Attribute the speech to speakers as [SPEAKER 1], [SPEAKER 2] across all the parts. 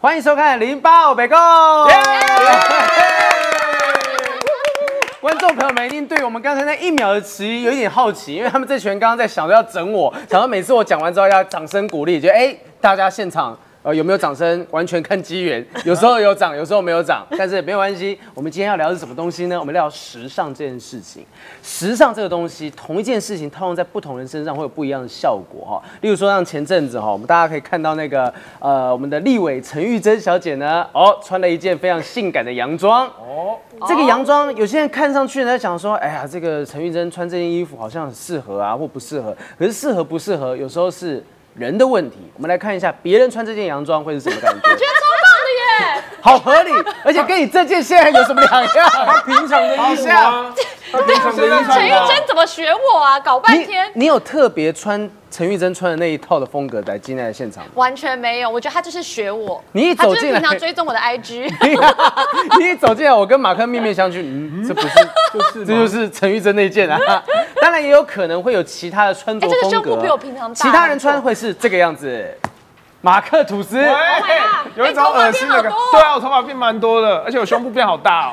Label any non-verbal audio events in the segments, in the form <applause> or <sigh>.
[SPEAKER 1] 欢迎收看《零八欧北共》。观众朋友们一定对我们刚才那一秒的迟疑有一点好奇，因为他们这群人刚刚在想着要整我，想到每次我讲完之后要掌声鼓励，觉得哎、大家现场。呃，有没有掌声？完全看机缘，有时候有涨，有时候没有涨，但是没有关系。我们今天要聊的是什么东西呢？我们聊时尚这件事情。时尚这个东西，同一件事情套用在不同人身上会有不一样的效果哈、例如说，像前阵子哈、我们大家可以看到那个呃，我们的立委陈玉珍小姐呢，哦，穿了一件非常性感的洋装，这个洋
[SPEAKER 2] 哦
[SPEAKER 1] 装，有些人看上去呢，想说，哎呀，这个陈玉珍穿这件衣服好像很适合啊，或不适合。可是适合不适合，有时候是人的问题。我们来看一下别人穿这件洋装会是什么感觉，
[SPEAKER 2] 超棒的耶！
[SPEAKER 1] 好合理，而且跟你这件现在有什么两样？
[SPEAKER 3] 平常的衣服啊，他平常的衣服
[SPEAKER 2] 陈玉
[SPEAKER 3] 啊，
[SPEAKER 2] 珍怎么学我啊？搞半天
[SPEAKER 1] 你你有特别穿陈玉珍穿的那一套的风格来进来的现
[SPEAKER 2] <laughs>
[SPEAKER 1] 场吗？
[SPEAKER 2] 完全没有，我觉得他就是学我。
[SPEAKER 1] 你一
[SPEAKER 2] 他
[SPEAKER 1] 走
[SPEAKER 2] 就是
[SPEAKER 1] 进来
[SPEAKER 2] 平常追踪我的 IG，
[SPEAKER 1] 你一走进来，我跟马克面面相觑，嗯，这不是，
[SPEAKER 3] 就是
[SPEAKER 1] 这就是陈玉珍那一件啊。当然也有可能会有其他的穿着
[SPEAKER 2] 哎这个
[SPEAKER 1] 风格，
[SPEAKER 2] 胸部比我平常大
[SPEAKER 1] 其他人穿会是这个样子，马克吐司。
[SPEAKER 3] 哎有一种恶心的
[SPEAKER 2] 哎头发变好多
[SPEAKER 3] 感
[SPEAKER 2] 哦
[SPEAKER 3] 对啊，我头发变蛮多的，而且我胸部变好大哦。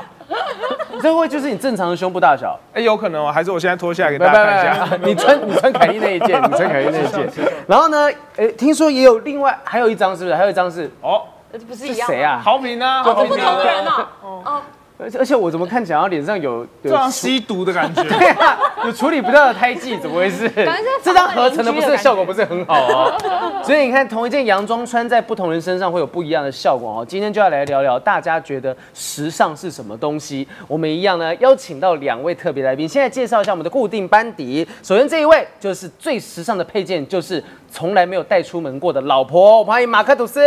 [SPEAKER 1] 这会就是你正常的胸部大小，
[SPEAKER 3] 哎，有可能哦，还是我现在脱下来给
[SPEAKER 1] 拜
[SPEAKER 3] 大家看
[SPEAKER 1] 拜
[SPEAKER 3] 一
[SPEAKER 1] 拜拜！
[SPEAKER 3] 下。
[SPEAKER 1] 你穿你穿凯莉那一件，你穿凯莉那一件。然后呢，哎，听说也有另外还有一张是不是？还有一张是
[SPEAKER 3] 哦，
[SPEAKER 2] 不是
[SPEAKER 1] 是
[SPEAKER 2] 一样？
[SPEAKER 1] 谁？啊？
[SPEAKER 3] 好评啊，
[SPEAKER 2] 这
[SPEAKER 3] 好
[SPEAKER 2] 不
[SPEAKER 3] 评
[SPEAKER 2] 同人
[SPEAKER 3] 啊，
[SPEAKER 2] 哦。哦，
[SPEAKER 1] 而且而且我怎么看起来好像脸上有
[SPEAKER 3] 这
[SPEAKER 1] 有
[SPEAKER 3] 样吸毒的感觉。
[SPEAKER 1] 对啊，有处理不掉的胎记，怎么回事
[SPEAKER 2] 觉？
[SPEAKER 1] 这张合成的不是效果不是很好哦。所以你看，同一件洋装穿在不同人身上会有不一样的效果哦。今天就要来聊聊大家觉得时尚是什么东西。我们一样呢，邀请到两位特别来宾，现在介绍一下我们的固定班底。首先这一位就是最时尚的配件，就是从来没有带出门过的老婆，我们欢迎马克吐司。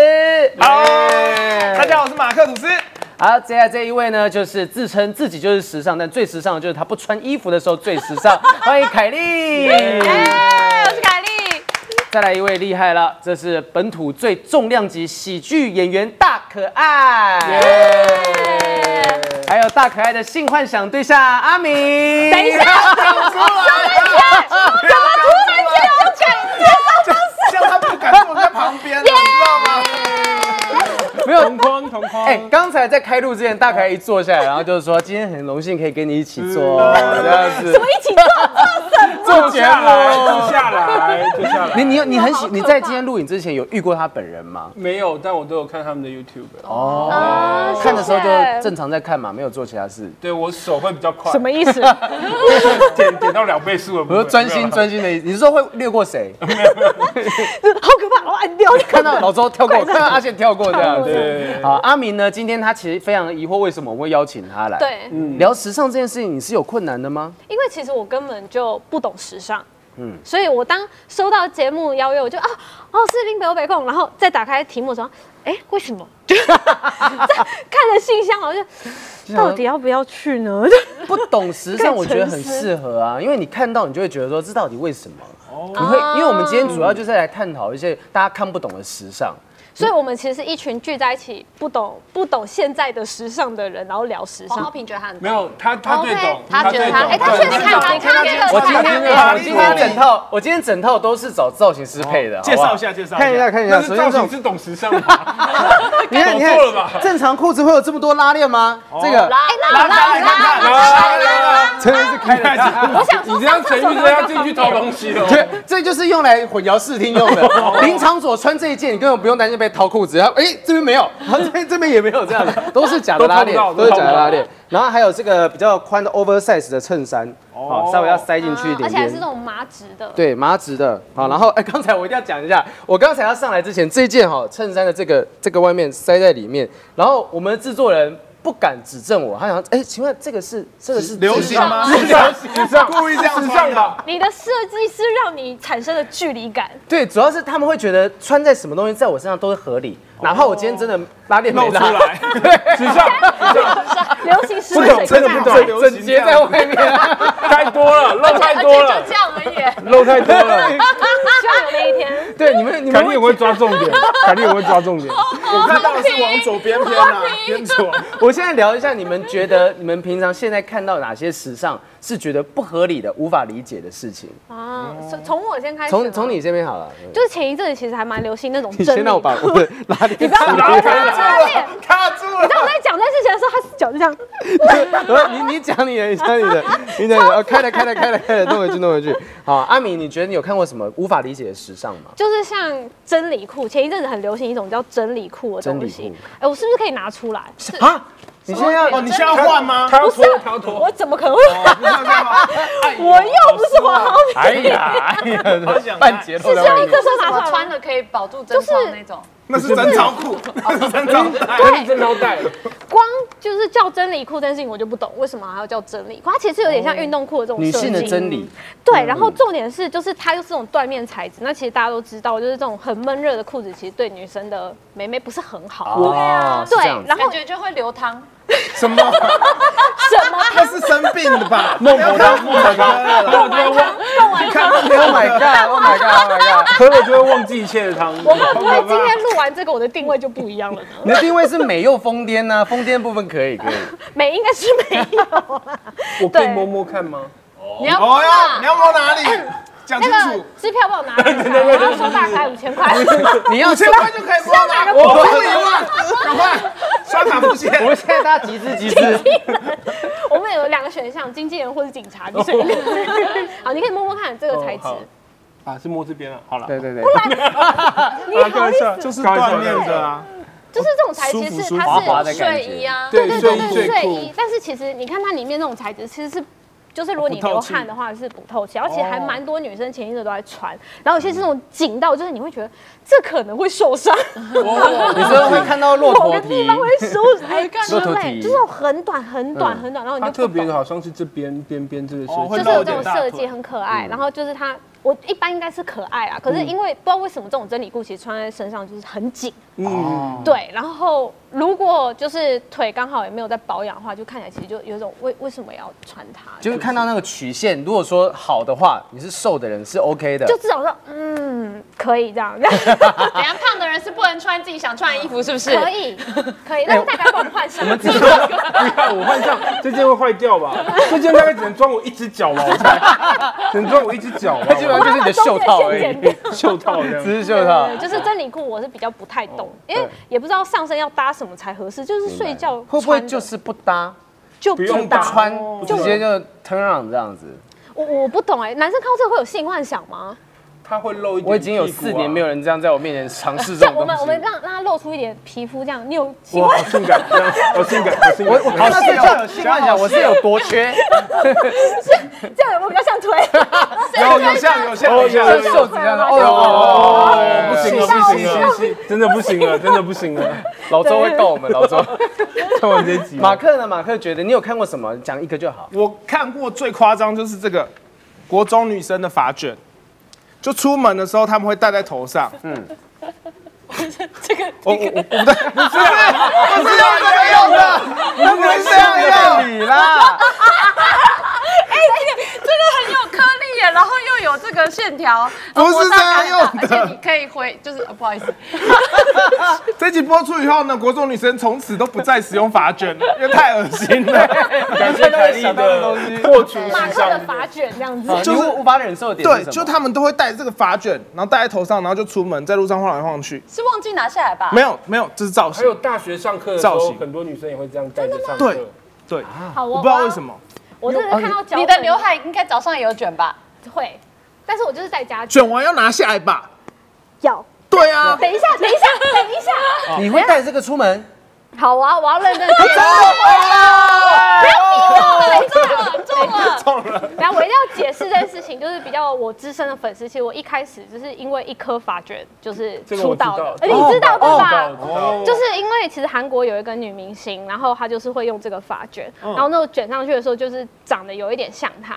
[SPEAKER 3] 好，大家好，我是马克吐司。
[SPEAKER 1] 好，接下来这一位呢，就是自称自己就是时尚，但最时尚的就是她不穿衣服的时候最时尚。欢迎凯莉。
[SPEAKER 2] 哎，我是凯莉。
[SPEAKER 1] 再来一位厉害了，这是本土最重量级喜剧演员大可爱，
[SPEAKER 2] 哎
[SPEAKER 1] 还有大可爱的性幻想对象阿明。
[SPEAKER 2] 等一下，
[SPEAKER 3] 不要突然间就讲这样他不敢坐在旁边了，你知道吗？
[SPEAKER 1] 没有
[SPEAKER 3] 同框同框。
[SPEAKER 1] 哎，刚才在开录之前，大可爱一坐下来，然后就是说今天很荣幸可以跟你一起做这样子
[SPEAKER 2] 我一起
[SPEAKER 1] 做
[SPEAKER 2] 做。
[SPEAKER 3] 嗯坐
[SPEAKER 1] 节目
[SPEAKER 3] 下来，坐下来，坐下来。
[SPEAKER 1] 你你有你很喜
[SPEAKER 2] 好可怕
[SPEAKER 1] 你在今天录影之前有遇过他本人吗？
[SPEAKER 4] 没有，但我都有看他们的 YouTube。哦，
[SPEAKER 2] 啊谢谢
[SPEAKER 1] 看的时候就正常在看嘛，没有做其他事。
[SPEAKER 4] 对我手会比较快，
[SPEAKER 5] 什么意思？
[SPEAKER 3] 点点到两倍速了，
[SPEAKER 1] 我说专心专心的，你是 <laughs> 说会略过谁？
[SPEAKER 5] 好可怕！我按掉。
[SPEAKER 1] 看到老周跳过，看到阿宪跳过这样子
[SPEAKER 3] 对。
[SPEAKER 1] 好，阿明呢？今天他其实非常疑惑，为什么我会邀请他来？
[SPEAKER 2] 对，
[SPEAKER 1] 聊时尚这件事情，你是有困难的吗？
[SPEAKER 5] 因为其实我根本就不懂时尚，嗯，所以我当收到节目邀约，我就啊，哦是林北欧北控，然后再打开题目的时候，哎，为
[SPEAKER 1] <laughs>
[SPEAKER 5] 什么？就看了信箱，我就到底要不要去呢？
[SPEAKER 1] <laughs> 不懂时尚，
[SPEAKER 5] 更
[SPEAKER 1] 我觉得很适合啊，因为你看到你就会觉得说，这到底为什么？你会，因为我们今天主要就是来探讨一些大家看不懂的时尚。
[SPEAKER 5] 所以我们其实一群聚在一起，不懂不懂现在的时尚的人，然后聊时
[SPEAKER 2] 黄
[SPEAKER 1] 哦
[SPEAKER 2] 浩
[SPEAKER 5] 尚。
[SPEAKER 2] 平觉得他很
[SPEAKER 4] 没有他，他最
[SPEAKER 2] OK，
[SPEAKER 4] 懂，
[SPEAKER 2] 他觉得他，哎，
[SPEAKER 4] 最懂
[SPEAKER 2] 他确实
[SPEAKER 4] 对
[SPEAKER 2] 看他，他觉得
[SPEAKER 1] 我今
[SPEAKER 2] 他
[SPEAKER 1] 天
[SPEAKER 2] 看
[SPEAKER 1] 我今天整套，我今天整套都是找造型师配的。
[SPEAKER 3] 介
[SPEAKER 1] 好不
[SPEAKER 3] 绍
[SPEAKER 1] 好
[SPEAKER 3] 一下，介绍
[SPEAKER 1] 看一下，看一下。
[SPEAKER 4] 但是造型是懂时尚吗？
[SPEAKER 1] 你看，
[SPEAKER 4] 搞
[SPEAKER 1] 你看
[SPEAKER 4] 错了吧，
[SPEAKER 1] 正常裤子会有这么多拉链吗？这个
[SPEAKER 2] 拉拉拉拉拉拉拉拉，
[SPEAKER 1] 真的是开的大。
[SPEAKER 2] 我想说，
[SPEAKER 4] 你这样陈玉珍要进去偷东西了。
[SPEAKER 1] 对，哦这就是用来混淆视听用的。林场所穿这一件，你根本不用担心被掏裤子。然后，哎，这边没有，然后这 <laughs> 边这边也没有，这样子都是假的拉链
[SPEAKER 3] 都看，不到
[SPEAKER 1] 都是假的拉链。然后还有这个比较宽的 oversize 的衬衫，哦，稍微要塞进去一
[SPEAKER 5] 而
[SPEAKER 1] 点
[SPEAKER 5] 且还是那
[SPEAKER 1] 点。
[SPEAKER 5] 种麻质的，
[SPEAKER 1] 对，麻质的，好，然后哎，刚才我一定要讲一下，我刚才要上来之前，这件哈衬衫的这个这个外面塞在里面，然后我们的制作人不敢指正我，他想，哎，请问这个是这个是
[SPEAKER 3] 流行吗？时尚，时尚，故意这样时尚的。
[SPEAKER 5] 你的设计是让你产生了距
[SPEAKER 1] <laughs>
[SPEAKER 5] 离感，
[SPEAKER 1] 对，主要是他们会觉得穿在什么东西在我身上都是合理，哪怕我今天真的拉链没
[SPEAKER 3] 露出
[SPEAKER 1] 拉，
[SPEAKER 3] 来，时尚，
[SPEAKER 5] 流行时
[SPEAKER 1] 不
[SPEAKER 5] 尚
[SPEAKER 1] 懂，真的不
[SPEAKER 3] 最
[SPEAKER 1] 懂，
[SPEAKER 3] 流行
[SPEAKER 1] 整洁在外面啊，
[SPEAKER 3] 太多了，露太 <laughs>
[SPEAKER 2] 而且就这样而已。
[SPEAKER 1] 露太多了。
[SPEAKER 5] 希望有那一天。
[SPEAKER 1] <laughs> 对，你们你
[SPEAKER 4] 凯
[SPEAKER 1] 们
[SPEAKER 4] 莉
[SPEAKER 1] 会
[SPEAKER 4] 也会抓重点，凯莉也会抓重点。
[SPEAKER 2] 哦
[SPEAKER 3] 我看到的是往左边偏啊，偏左。
[SPEAKER 1] 我现在聊一下，你们觉得你们平常现在看到哪些时尚是觉得不合理的、无法理解的事情？
[SPEAKER 5] 啊，从从我先开始，
[SPEAKER 1] 哦从从，你这边好了，
[SPEAKER 5] 就是前一阵子其实还蛮流行那种
[SPEAKER 1] 你
[SPEAKER 5] 真
[SPEAKER 1] 先
[SPEAKER 5] 理
[SPEAKER 1] 让我把
[SPEAKER 5] 裤
[SPEAKER 1] 我的拉链
[SPEAKER 5] 不要
[SPEAKER 1] 扯
[SPEAKER 5] 拉
[SPEAKER 1] 开
[SPEAKER 5] 开
[SPEAKER 3] 卡住了，卡住了
[SPEAKER 5] 你知。道我在讲这事情的时候，他脚就这样，
[SPEAKER 1] 呃 <laughs> 你你讲你的，你讲你的，你讲你的，哦开了开了开了开了，弄回去弄回去。好，阿米，你觉得你有看过什么无法理解的时尚吗？
[SPEAKER 5] 就是像真理裤，前一阵子很流行一种叫真理裤的东
[SPEAKER 1] 真理
[SPEAKER 5] 西
[SPEAKER 1] 裤。
[SPEAKER 5] 哎，我是不是可以拿出来？
[SPEAKER 1] 啊，你现在要
[SPEAKER 3] 哦，你现在要换吗？
[SPEAKER 4] 他要
[SPEAKER 5] 不
[SPEAKER 4] 脱
[SPEAKER 5] 是，，啊
[SPEAKER 4] 他要脱。哎
[SPEAKER 5] 我怎么可能会？
[SPEAKER 3] 你看看吗？
[SPEAKER 5] <laughs> 我又不是黄浩明，
[SPEAKER 1] 哎呀哎
[SPEAKER 3] 好
[SPEAKER 1] 呀，
[SPEAKER 3] 想看
[SPEAKER 1] 半截头
[SPEAKER 5] 是
[SPEAKER 1] 的
[SPEAKER 5] 这样一
[SPEAKER 1] 问题
[SPEAKER 5] 个时候拿
[SPEAKER 2] 怎么
[SPEAKER 5] 出来
[SPEAKER 2] 穿
[SPEAKER 5] 穿。
[SPEAKER 2] 的可以保住真
[SPEAKER 5] 就是
[SPEAKER 2] 胖那种？
[SPEAKER 3] 那是真超裤，那是真超带。
[SPEAKER 4] 他是真腰带，
[SPEAKER 5] 光就是叫真理裤这件事情，我就不懂为什么还要叫真理裤。它其实有点像运动裤的这种
[SPEAKER 1] 女
[SPEAKER 5] 设计
[SPEAKER 1] 性的真理。嗯
[SPEAKER 5] 对，然后重点是，就是它又是这种缎面材质，那其实大家都知道，就是这种很闷热的裤子，其实对女生的美眉不是很好。
[SPEAKER 1] 哦，是
[SPEAKER 5] 对
[SPEAKER 1] 这样，子
[SPEAKER 5] 然后
[SPEAKER 2] 感觉就会流汤。
[SPEAKER 3] 什么？
[SPEAKER 5] 什么？
[SPEAKER 3] 那是生病的吧？
[SPEAKER 1] 孟婆汤，孟婆汤。
[SPEAKER 4] 喝了就会忘，
[SPEAKER 1] <laughs> Oh my god! Oh my god! Oh my god!
[SPEAKER 4] 喝了就会忘记一切的汤。
[SPEAKER 5] 我会不会今天录完这个，我的定位就不
[SPEAKER 1] <laughs>
[SPEAKER 5] 一样了呢？
[SPEAKER 1] 你的定位是美又疯癫呐， <laughs> 疯癫部分可以可 <laughs> 以。
[SPEAKER 5] 美应该是没有啦。
[SPEAKER 4] 我可以
[SPEAKER 5] 对
[SPEAKER 4] 摸摸看吗？
[SPEAKER 2] 你要
[SPEAKER 3] 哦呀，你要摸哪里？讲清
[SPEAKER 5] 那个
[SPEAKER 3] 楚。
[SPEAKER 5] 支票帮我拿一下，我要收大概五千块。
[SPEAKER 1] 你要
[SPEAKER 3] 五千块就可以摸
[SPEAKER 5] 哪
[SPEAKER 3] 了，
[SPEAKER 5] 个
[SPEAKER 3] 我付一万，赶快刷卡付现。
[SPEAKER 1] 我们现在大家集资集资，
[SPEAKER 5] 我们有两个选项，经纪人或是警察，你选一个。 <laughs> 好，你可以摸摸看这个材质。
[SPEAKER 4] 哦好啊，是摸这边了。好了，
[SPEAKER 1] <laughs> 对对对，
[SPEAKER 5] 你好意思，
[SPEAKER 3] 就是锻炼的啊，
[SPEAKER 5] 就是这种材质
[SPEAKER 3] 舒服舒
[SPEAKER 5] 是
[SPEAKER 3] 服
[SPEAKER 5] 它
[SPEAKER 1] 滑
[SPEAKER 5] 是
[SPEAKER 1] 滑的感
[SPEAKER 2] 睡衣
[SPEAKER 1] 觉。
[SPEAKER 2] 啊，
[SPEAKER 4] 对
[SPEAKER 5] 对
[SPEAKER 4] 睡
[SPEAKER 5] 对
[SPEAKER 4] 衣睡
[SPEAKER 5] 对，睡
[SPEAKER 4] 裤
[SPEAKER 5] 衣。。但是其实你看它里面那种材质，其实是。就是如果你
[SPEAKER 3] 不透
[SPEAKER 5] 流
[SPEAKER 3] 气
[SPEAKER 5] 汗的话是不透气，而且还蛮多女生前一阵都在穿，然后有些是那种紧到，就是你会觉得这可能会受伤，
[SPEAKER 1] 你说会看到骆
[SPEAKER 5] 某
[SPEAKER 1] 驼
[SPEAKER 5] 个地
[SPEAKER 1] 蹄
[SPEAKER 5] 方，会受哎之
[SPEAKER 1] 骆驼
[SPEAKER 5] 类，
[SPEAKER 1] 蹄
[SPEAKER 5] 就是那种很短很短很短，然后你
[SPEAKER 4] 它
[SPEAKER 5] 就
[SPEAKER 4] 特
[SPEAKER 5] 不
[SPEAKER 4] 别
[SPEAKER 5] 懂
[SPEAKER 4] 的好像是这边边边这个设
[SPEAKER 3] 哦会
[SPEAKER 4] 计
[SPEAKER 5] 就是
[SPEAKER 3] 露
[SPEAKER 5] 有
[SPEAKER 3] 一
[SPEAKER 5] 这
[SPEAKER 3] 点
[SPEAKER 5] 种
[SPEAKER 3] 大
[SPEAKER 5] 设
[SPEAKER 3] 腿
[SPEAKER 5] 计很可爱，然后就是它，我一般应该是可爱啦，可是因为不知道为什么这种真理裤其实穿在身上就是很紧，
[SPEAKER 4] 嗯，
[SPEAKER 5] 对，然后如果就是腿刚好也没有在保养的话，就看起来其实就有一种为为什么要穿它，
[SPEAKER 1] 就是看到那个曲线，如果说好的话，你是瘦的人是 OK 的
[SPEAKER 5] 就。至少说嗯可以这样，
[SPEAKER 2] 怎样胖的人是不能穿自己想穿的衣服，是不是？
[SPEAKER 5] 可以可以，但是大概帮我们换上。 <laughs>
[SPEAKER 1] 自己
[SPEAKER 4] 不要，我换上这件会坏掉吧？这件大概只能装我一只脚吧，我猜，只能装我一只脚吧，
[SPEAKER 1] 基本上就是你的袖套而已，
[SPEAKER 4] <laughs> 我袖套这样
[SPEAKER 1] 只。是袖套
[SPEAKER 5] 对，。就是真理裤我是比较不太懂，因为也不知道上身要搭什么才合适，就是睡觉
[SPEAKER 1] 会不会
[SPEAKER 5] 穿的
[SPEAKER 1] 就是不搭，
[SPEAKER 5] 就
[SPEAKER 4] 不用
[SPEAKER 5] 搭
[SPEAKER 4] 搭
[SPEAKER 1] 穿
[SPEAKER 4] 哦
[SPEAKER 1] 直接就 turn on 这样子？
[SPEAKER 5] 我我不懂哎、男生看到这个会有性幻想吗？
[SPEAKER 4] 它会露一点。
[SPEAKER 1] 我已经有四年没有人这样在我面前尝试这
[SPEAKER 5] 像
[SPEAKER 1] 种
[SPEAKER 5] <laughs> 我们
[SPEAKER 1] 东
[SPEAKER 5] 我们
[SPEAKER 1] 西。
[SPEAKER 5] 让让他露出一点皮肤这样，你有性
[SPEAKER 4] 哇，好
[SPEAKER 5] 幻
[SPEAKER 4] 性感，这样好性感，好性感。
[SPEAKER 1] 我我看到睡 <laughs> 觉有性幻想，我是有多缺？
[SPEAKER 5] 这样有没有比较像腿？
[SPEAKER 3] 有有像有像有像
[SPEAKER 1] 像
[SPEAKER 3] 有像
[SPEAKER 1] 袖子这样的。哦，
[SPEAKER 4] 哦，不行了，不行
[SPEAKER 5] 笑
[SPEAKER 4] 了，真的不行了，真的不行了。
[SPEAKER 1] 老周会告我们，老周。
[SPEAKER 4] 看完这集，
[SPEAKER 1] 马克呢？马克觉得你有看过什么？讲一个就好。
[SPEAKER 3] 我看过最夸张就是这个国中女生的发卷，就出门的时候他们会戴在头上。嗯，这个我我我不对，不是啊不是要这样的，不是这样的。
[SPEAKER 1] 你啦，
[SPEAKER 2] 这哎个很有颗粒耶，然后又有这个线条，
[SPEAKER 3] 不是这样用的
[SPEAKER 2] 而且你可以回，就是、呃不好意思，
[SPEAKER 3] 这集播出以后呢，国中女生从此都不再使用发卷了，因为太恶心了。
[SPEAKER 4] 感谢凯莉的破除
[SPEAKER 5] 马
[SPEAKER 4] 时
[SPEAKER 5] 克的
[SPEAKER 4] 尚。
[SPEAKER 5] 发卷这样子，
[SPEAKER 1] 就是无法忍受的点
[SPEAKER 3] <laughs> 对
[SPEAKER 1] 是，什
[SPEAKER 3] 就
[SPEAKER 1] 么？
[SPEAKER 3] 他们都会戴这个发卷，然后戴在头上，然后就出门，在路上晃来晃去。
[SPEAKER 2] 是忘记拿下来吧？
[SPEAKER 3] 没有没有，这是造
[SPEAKER 4] 还
[SPEAKER 3] 型
[SPEAKER 4] 有。大学上课的时
[SPEAKER 3] 造
[SPEAKER 4] 候，
[SPEAKER 3] 型
[SPEAKER 4] 很多女生也会这样戴着上课。
[SPEAKER 3] 对对，
[SPEAKER 5] 好，
[SPEAKER 3] 我
[SPEAKER 5] 我
[SPEAKER 3] 不知道为什，么
[SPEAKER 5] 我真的是看到脚，
[SPEAKER 2] 你的刘海应该早上也有卷吧？
[SPEAKER 5] 会，但是我就是在家
[SPEAKER 3] 卷完要拿下来吧？
[SPEAKER 5] 要。
[SPEAKER 3] 对啊，
[SPEAKER 5] 等一下，等一下，等一下，
[SPEAKER 1] 你会带这个出门？
[SPEAKER 5] 好啊，我要认真接
[SPEAKER 2] 中了，中了，
[SPEAKER 5] 然后我一定要解释这件事情，就是比较我资深的粉丝，其实我一开始就是因为一颗发卷就是
[SPEAKER 4] 这个我
[SPEAKER 5] 出
[SPEAKER 4] 知道
[SPEAKER 5] 道的，哎你知道对吧？
[SPEAKER 4] 哦，
[SPEAKER 5] 就是因为其实韩国有一个女明星，然后她就是会用这个发卷，然后那时候卷上去的时候就是长得有一点像她，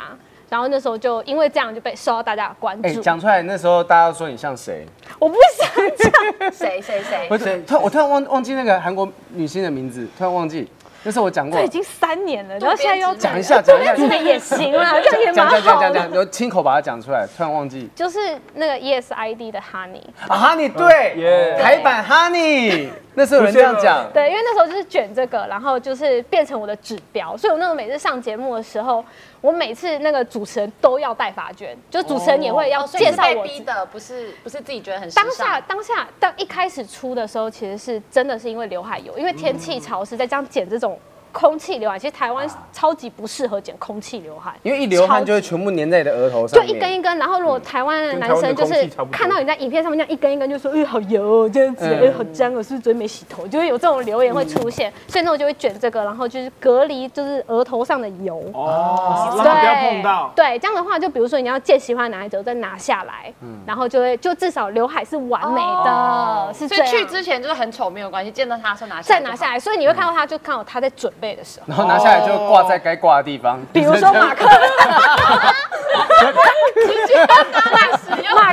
[SPEAKER 5] 然后那时候就因为这样就被受到大家的关
[SPEAKER 1] 哎，
[SPEAKER 5] 注。
[SPEAKER 1] 讲出来那时候大家都说你像谁？
[SPEAKER 5] 我不想讲，
[SPEAKER 2] 谁谁谁？
[SPEAKER 1] 不是，突然我突然忘忘记那个韩国女星的名字，突然忘记。那是我讲过
[SPEAKER 5] 这已，经三年了，然后现在又
[SPEAKER 2] 渡边直美
[SPEAKER 1] 讲一下，
[SPEAKER 5] <laughs>
[SPEAKER 1] 讲一下，
[SPEAKER 5] 这个也行啦，这样也蛮
[SPEAKER 1] 讲讲讲
[SPEAKER 5] 好
[SPEAKER 1] 讲
[SPEAKER 5] 的。
[SPEAKER 1] 讲，我亲口把它讲出来，突然忘记
[SPEAKER 5] 就是那个 E ESID 的 Honey，
[SPEAKER 1] <laughs> 啊，Honey，对，
[SPEAKER 4] 耶
[SPEAKER 1] 台版 Honey，那时候有人这样讲，
[SPEAKER 5] 对，因为那时候就是卷这个，然后就是变成我的指标，所以我那个每次上节目的时候，我每次那个主持人都要带发卷，就主持人也会要
[SPEAKER 2] 哦所以
[SPEAKER 5] 介
[SPEAKER 2] 是
[SPEAKER 5] 绍
[SPEAKER 2] 被
[SPEAKER 5] 我自己
[SPEAKER 2] 逼的，不是不是自己觉得很时尚
[SPEAKER 5] 当下当下当一开始出的时候，其实是真的是因为刘海油，因为天气潮湿，再这样剪这种空气刘海，其实台湾超级不适合剪空气刘海，
[SPEAKER 1] 因为一流汗就会
[SPEAKER 5] 超级。
[SPEAKER 1] 全部粘在你的额头
[SPEAKER 5] 就
[SPEAKER 1] 上面，
[SPEAKER 5] 一根一根，然后如果台湾的男生就
[SPEAKER 4] 嗯跟台湾的空
[SPEAKER 5] 是
[SPEAKER 4] 气差不多
[SPEAKER 5] 看到你在影片上面这样一根一根，就说哎好油哦这样子，
[SPEAKER 1] 嗯
[SPEAKER 5] 哎好脏哦，是不是昨天没洗头？就会有这种留言会出
[SPEAKER 4] 嗯
[SPEAKER 5] 现，所以那我就会卷这个，然后就是隔离就是额头上的油。
[SPEAKER 4] 哦，
[SPEAKER 5] 对，
[SPEAKER 4] 让他不要碰到。
[SPEAKER 5] 对，这样的话，就比如说你要见喜欢的男孩子，我再拿下来，
[SPEAKER 4] 嗯
[SPEAKER 5] 然后就会就至少刘海是完美的，
[SPEAKER 4] 哦
[SPEAKER 5] 是这
[SPEAKER 2] 所以
[SPEAKER 5] 样。
[SPEAKER 2] 去之前就是很丑没有关系，见到他的时候拿下
[SPEAKER 5] 再
[SPEAKER 2] 来
[SPEAKER 5] 拿下来，所以你会看到他，就看到他在准备的
[SPEAKER 4] 嗯
[SPEAKER 5] 时候，
[SPEAKER 1] 然后拿下来就挂在该挂的地方，
[SPEAKER 5] 哦比如说马克，
[SPEAKER 2] <laughs>
[SPEAKER 5] 马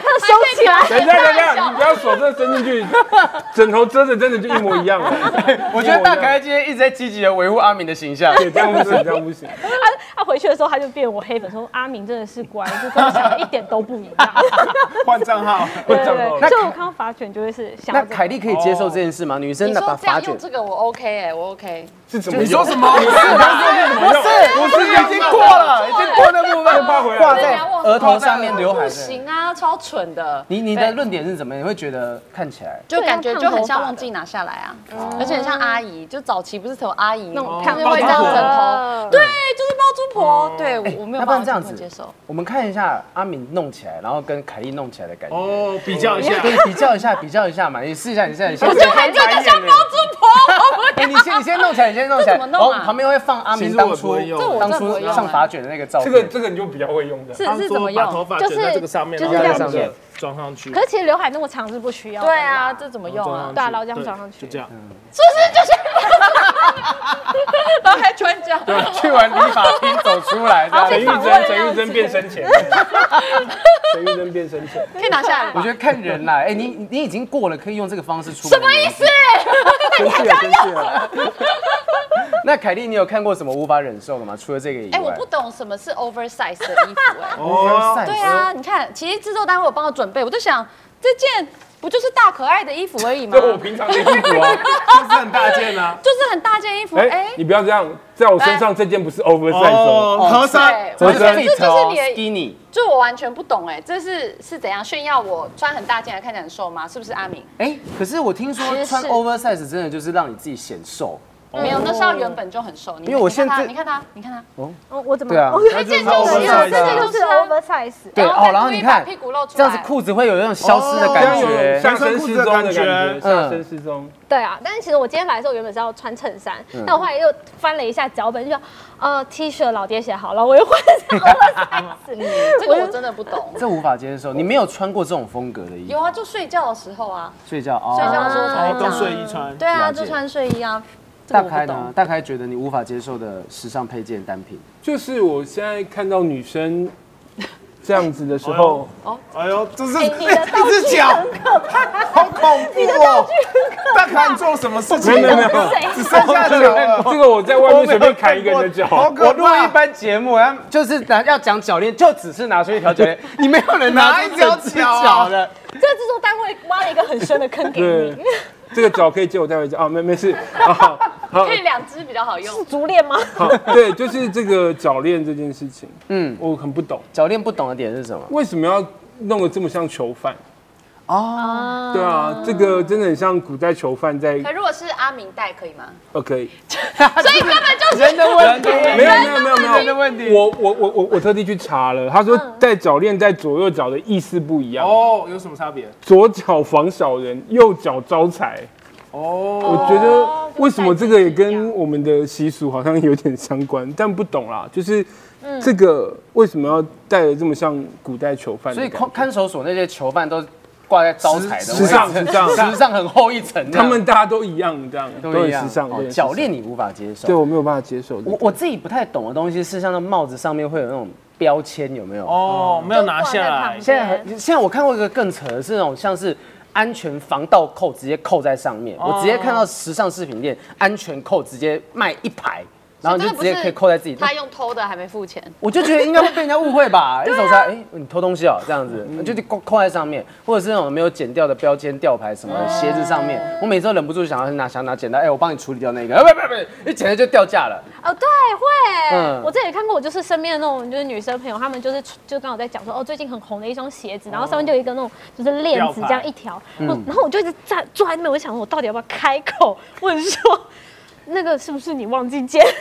[SPEAKER 5] 克收
[SPEAKER 4] <laughs>
[SPEAKER 5] 起来。
[SPEAKER 4] 等一下，等一下，你不要手真的伸进去，枕头遮着真的就一模一样了。
[SPEAKER 1] <laughs> 我觉得大概今天一直在积极的维护阿明的形象，
[SPEAKER 4] 对，这样不行，这样不行。
[SPEAKER 5] 他他回去的时候，他就变我黑粉，说阿明真的是乖，就跟我想的一点都不一样。
[SPEAKER 3] 换账号，
[SPEAKER 4] 会
[SPEAKER 5] 对
[SPEAKER 4] 长头
[SPEAKER 5] 对对，所以我看到法卷就会是想
[SPEAKER 1] 那
[SPEAKER 5] 要这个
[SPEAKER 1] 凯莉可以接受这件事吗？女生
[SPEAKER 2] 哦你
[SPEAKER 1] 的把
[SPEAKER 2] 说这
[SPEAKER 1] 发
[SPEAKER 2] 样
[SPEAKER 1] 卷
[SPEAKER 2] 用，这个我 OK 哎，我 OK。
[SPEAKER 4] 是怎么用？
[SPEAKER 3] 你说什么？
[SPEAKER 1] 不是，不是已经过了，已经过那部分，
[SPEAKER 4] 怕回来
[SPEAKER 1] 挂
[SPEAKER 2] 啊
[SPEAKER 1] 在额头上面刘海
[SPEAKER 2] 不
[SPEAKER 1] 的。
[SPEAKER 2] 行啊，超蠢的。
[SPEAKER 1] 你你的
[SPEAKER 2] 对
[SPEAKER 1] 论点是怎么样？你会觉得看起来
[SPEAKER 2] 就感觉就很像忘记拿下来啊，而且很像阿姨，就早期不是有阿姨
[SPEAKER 5] 那种
[SPEAKER 2] 她们会这样枕
[SPEAKER 5] 哦
[SPEAKER 2] 头，对，就是包租婆，对我没有
[SPEAKER 1] 那不然
[SPEAKER 2] 办
[SPEAKER 1] 这
[SPEAKER 2] 法
[SPEAKER 1] 样
[SPEAKER 2] 这
[SPEAKER 1] 子
[SPEAKER 2] 么接受。，
[SPEAKER 1] 我们看一下阿敏弄起来，然后跟凯莉弄起来的感觉。
[SPEAKER 3] 哦，比较一下，
[SPEAKER 1] 对，比较一下，比较一下嘛，你试一下，你试一下。
[SPEAKER 2] 我
[SPEAKER 1] 你
[SPEAKER 2] 就
[SPEAKER 1] 先
[SPEAKER 2] 很就是像包租婆，我不
[SPEAKER 1] 哎，你先你先弄起来，你先弄起来。哦
[SPEAKER 2] 这怎么弄啊
[SPEAKER 1] 旁边会放阿
[SPEAKER 3] 其
[SPEAKER 1] 明
[SPEAKER 3] 实我
[SPEAKER 1] 当
[SPEAKER 3] 也不
[SPEAKER 1] 初
[SPEAKER 3] 会用，
[SPEAKER 2] 这我
[SPEAKER 1] 当
[SPEAKER 2] 这
[SPEAKER 1] 初
[SPEAKER 2] 我用
[SPEAKER 1] 上
[SPEAKER 2] 啊
[SPEAKER 1] 法卷的那个照
[SPEAKER 4] 这
[SPEAKER 1] 片。
[SPEAKER 4] 个这个你就比较会用的。
[SPEAKER 2] 是是怎么
[SPEAKER 3] 把头
[SPEAKER 2] 用？
[SPEAKER 3] 发卷在这个上面，
[SPEAKER 5] 就是
[SPEAKER 3] 然后用
[SPEAKER 5] 这样
[SPEAKER 3] 这
[SPEAKER 1] 子
[SPEAKER 3] 个装上去
[SPEAKER 5] 可。是其实刘海那么长是不需要的。
[SPEAKER 2] 对啊，这怎么用啊？
[SPEAKER 5] 对啊，然后这样装上
[SPEAKER 3] 就。
[SPEAKER 5] 去
[SPEAKER 3] 这样。
[SPEAKER 2] <laughs> 然后还穿这样，
[SPEAKER 1] 去完理发厅走出来，这样
[SPEAKER 4] 陈玉珍，陈玉珍变身前，陈玉珍变身 <laughs> 前，
[SPEAKER 2] 可以拿下来
[SPEAKER 1] 我
[SPEAKER 2] 吧
[SPEAKER 1] 觉？得看人啦，哎、你你你已经过了可以用这个方式出门，什么意思？
[SPEAKER 4] 生气了，生气了。
[SPEAKER 1] 那凯莉，你有看过什么无法忍受的吗？除了这个以外，
[SPEAKER 2] 哎，我不懂什么是 oversize 的衣服哎。
[SPEAKER 1] 哦，
[SPEAKER 2] 对啊，你看，其实制作单位有帮我准备，我就想这件不就是大可爱的衣服而已
[SPEAKER 1] <laughs>
[SPEAKER 2] 吗？
[SPEAKER 4] 这哦我平常的衣服啊。
[SPEAKER 5] <laughs>
[SPEAKER 3] 就是很大件啊。
[SPEAKER 2] 就是很大件衣服，
[SPEAKER 4] 哎
[SPEAKER 2] 哎，，
[SPEAKER 4] 你不要这样，在我身上这件不是 oversize 哦。
[SPEAKER 3] 哦，河山
[SPEAKER 2] 对
[SPEAKER 1] 这
[SPEAKER 4] 我
[SPEAKER 1] 是
[SPEAKER 4] 觉得
[SPEAKER 1] fit
[SPEAKER 2] 这就是
[SPEAKER 1] 哦
[SPEAKER 2] 你的
[SPEAKER 1] skinny。
[SPEAKER 2] 就我完全不懂哎，这是是怎样炫耀我穿很大件还看起来很瘦吗？是不是阿明？
[SPEAKER 1] 哎、可是我听说
[SPEAKER 2] 实
[SPEAKER 1] 穿
[SPEAKER 2] 是
[SPEAKER 1] oversize 真的就是让你自己显瘦，
[SPEAKER 2] 没有，那是他原本就很瘦。你
[SPEAKER 1] 因为我
[SPEAKER 2] 你看他
[SPEAKER 1] 现在
[SPEAKER 2] 你看他，你看他，
[SPEAKER 5] 哦，我怎么？
[SPEAKER 1] 对啊
[SPEAKER 5] 哦
[SPEAKER 1] 那
[SPEAKER 5] 这件
[SPEAKER 1] 就是
[SPEAKER 5] 就是
[SPEAKER 1] oversize
[SPEAKER 5] 这件就是
[SPEAKER 2] 啊
[SPEAKER 5] oversize。
[SPEAKER 1] 对
[SPEAKER 2] 然后
[SPEAKER 1] 哦
[SPEAKER 2] 再，
[SPEAKER 1] 然后
[SPEAKER 2] 故意
[SPEAKER 1] 你看
[SPEAKER 2] 把屁股露出来
[SPEAKER 1] 这样子裤子会有那种消失的感
[SPEAKER 4] 这样有
[SPEAKER 1] 觉，
[SPEAKER 4] 上身失踪的感觉，
[SPEAKER 3] 嗯
[SPEAKER 4] 上身失踪。
[SPEAKER 5] 对啊，但是其实我今天来的时候原本是要穿衬衫，但我后来又翻了一下脚本，就说呃 T 恤老爹写好了，我又换成 oversize。
[SPEAKER 2] 这个我真的
[SPEAKER 1] <laughs>
[SPEAKER 2] 不懂。
[SPEAKER 1] 这无法接受。你没有穿过这种风格的衣
[SPEAKER 2] 有
[SPEAKER 1] 服，
[SPEAKER 2] 啊，就睡觉的时候啊，
[SPEAKER 1] 睡觉哦，
[SPEAKER 2] 睡觉的时候才会这
[SPEAKER 3] 都
[SPEAKER 2] 样。
[SPEAKER 3] 睡衣穿，
[SPEAKER 2] 对啊，
[SPEAKER 1] 了解
[SPEAKER 2] 就穿睡衣啊。这
[SPEAKER 1] 大
[SPEAKER 2] 个我不
[SPEAKER 1] 开呢
[SPEAKER 2] 懂。？
[SPEAKER 1] 大开觉得你无法接受的时尚配件单品，
[SPEAKER 4] 就是我现在看到女生这样子的时候，
[SPEAKER 3] 哎呦，这是
[SPEAKER 5] 哎你的道
[SPEAKER 3] <laughs>
[SPEAKER 5] 具
[SPEAKER 3] 一只脚，好恐怖哦！大可你做什么事情？
[SPEAKER 4] 没有没有没有
[SPEAKER 3] 只剩下脚了。
[SPEAKER 4] 这个我在外面随便砍一个人的
[SPEAKER 3] 好
[SPEAKER 4] 脚，
[SPEAKER 1] 我
[SPEAKER 3] 可
[SPEAKER 1] 录一
[SPEAKER 3] 怕！
[SPEAKER 1] 般节目，然后
[SPEAKER 3] 啊
[SPEAKER 1] 就是拿要讲脚链，就只是拿出一条脚链，你没有人拿出整只脚的。
[SPEAKER 5] 这个制作单位挖了一个很深的坑给
[SPEAKER 4] 对
[SPEAKER 5] 你，，
[SPEAKER 4] 这个脚可以借我带回家啊，没没事啊，好好
[SPEAKER 2] 可以两只比较好
[SPEAKER 1] <laughs>
[SPEAKER 2] 用
[SPEAKER 5] 是。竹链吗？
[SPEAKER 4] 好， <laughs> 对，就是这个脚链这件事情，
[SPEAKER 1] 嗯
[SPEAKER 4] 嗯，我很不懂，
[SPEAKER 1] 脚链不懂的点是什么？
[SPEAKER 4] 为什么要弄得这么像囚犯？
[SPEAKER 1] 哦，
[SPEAKER 4] 对啊，这个真的很像古代囚犯在
[SPEAKER 2] 可如果是阿明戴可以吗？
[SPEAKER 4] OK，
[SPEAKER 1] 所以根本就是人的问题，
[SPEAKER 4] 没有没有没有没有
[SPEAKER 1] 人的问题。
[SPEAKER 4] 我我我我我特地去查了，他说
[SPEAKER 2] 嗯
[SPEAKER 4] 戴脚链在左右脚的意思不一样，
[SPEAKER 3] 哦，有什么差别？
[SPEAKER 4] 左脚防小人，右脚招财。
[SPEAKER 3] 哦，
[SPEAKER 4] 我觉得为什么这个也跟我们的习俗好像有点相关，但不懂啦，就是这个为什么要戴的这么像古代囚犯的
[SPEAKER 1] 所以
[SPEAKER 4] 感觉？
[SPEAKER 1] 看看守所那些囚犯都挂在招财的位置
[SPEAKER 4] 时尚时尚
[SPEAKER 1] 时尚很厚一层这
[SPEAKER 4] 他
[SPEAKER 1] 样，
[SPEAKER 4] 们大家都一样，这样都
[SPEAKER 1] 都一
[SPEAKER 4] 很
[SPEAKER 1] 样
[SPEAKER 4] 时尚
[SPEAKER 1] 哦。
[SPEAKER 4] 都很时尚
[SPEAKER 1] 脚链你无法接
[SPEAKER 4] 对
[SPEAKER 1] 受。
[SPEAKER 4] 我没有办法接受这
[SPEAKER 1] 我
[SPEAKER 4] 个。
[SPEAKER 1] 我自己不太懂的东西是像那帽子上面会有那种标签，有没有？
[SPEAKER 3] 哦，没有拿下
[SPEAKER 5] 就挂在
[SPEAKER 3] 来
[SPEAKER 5] 旁边。
[SPEAKER 1] 现在很，现在我看过一个更扯的是那种像是安全防盗扣直接扣在上
[SPEAKER 4] 哦
[SPEAKER 1] 面，我直接看到时尚饰品店安全扣直接卖一排，然后你就直接可以扣在自己。
[SPEAKER 2] 他用偷的还没付钱，
[SPEAKER 1] 我就觉得应该会被人家误会吧，一走出来，哎、你偷东西哦、这样子，就就扣扣在上面，或者是那种没有剪掉的标签、吊牌什么的，鞋子上面，我每次都忍不住想要拿想拿剪刀，哎、我帮你处理掉那个，哎 <laughs> 不不不，一剪了就掉价了，
[SPEAKER 5] 哦，对，会。
[SPEAKER 1] 嗯
[SPEAKER 5] 我之前也看过，我就是身边的那种就是女生朋友，她们就是就刚好在讲说，哦，最近很红的一双鞋子，然后上面就有一个那种就是链子这样一条，然后然后我就一直站坐在那边，我就想说，我到底要不要开口问说，那个是不是你忘记剪？ <laughs>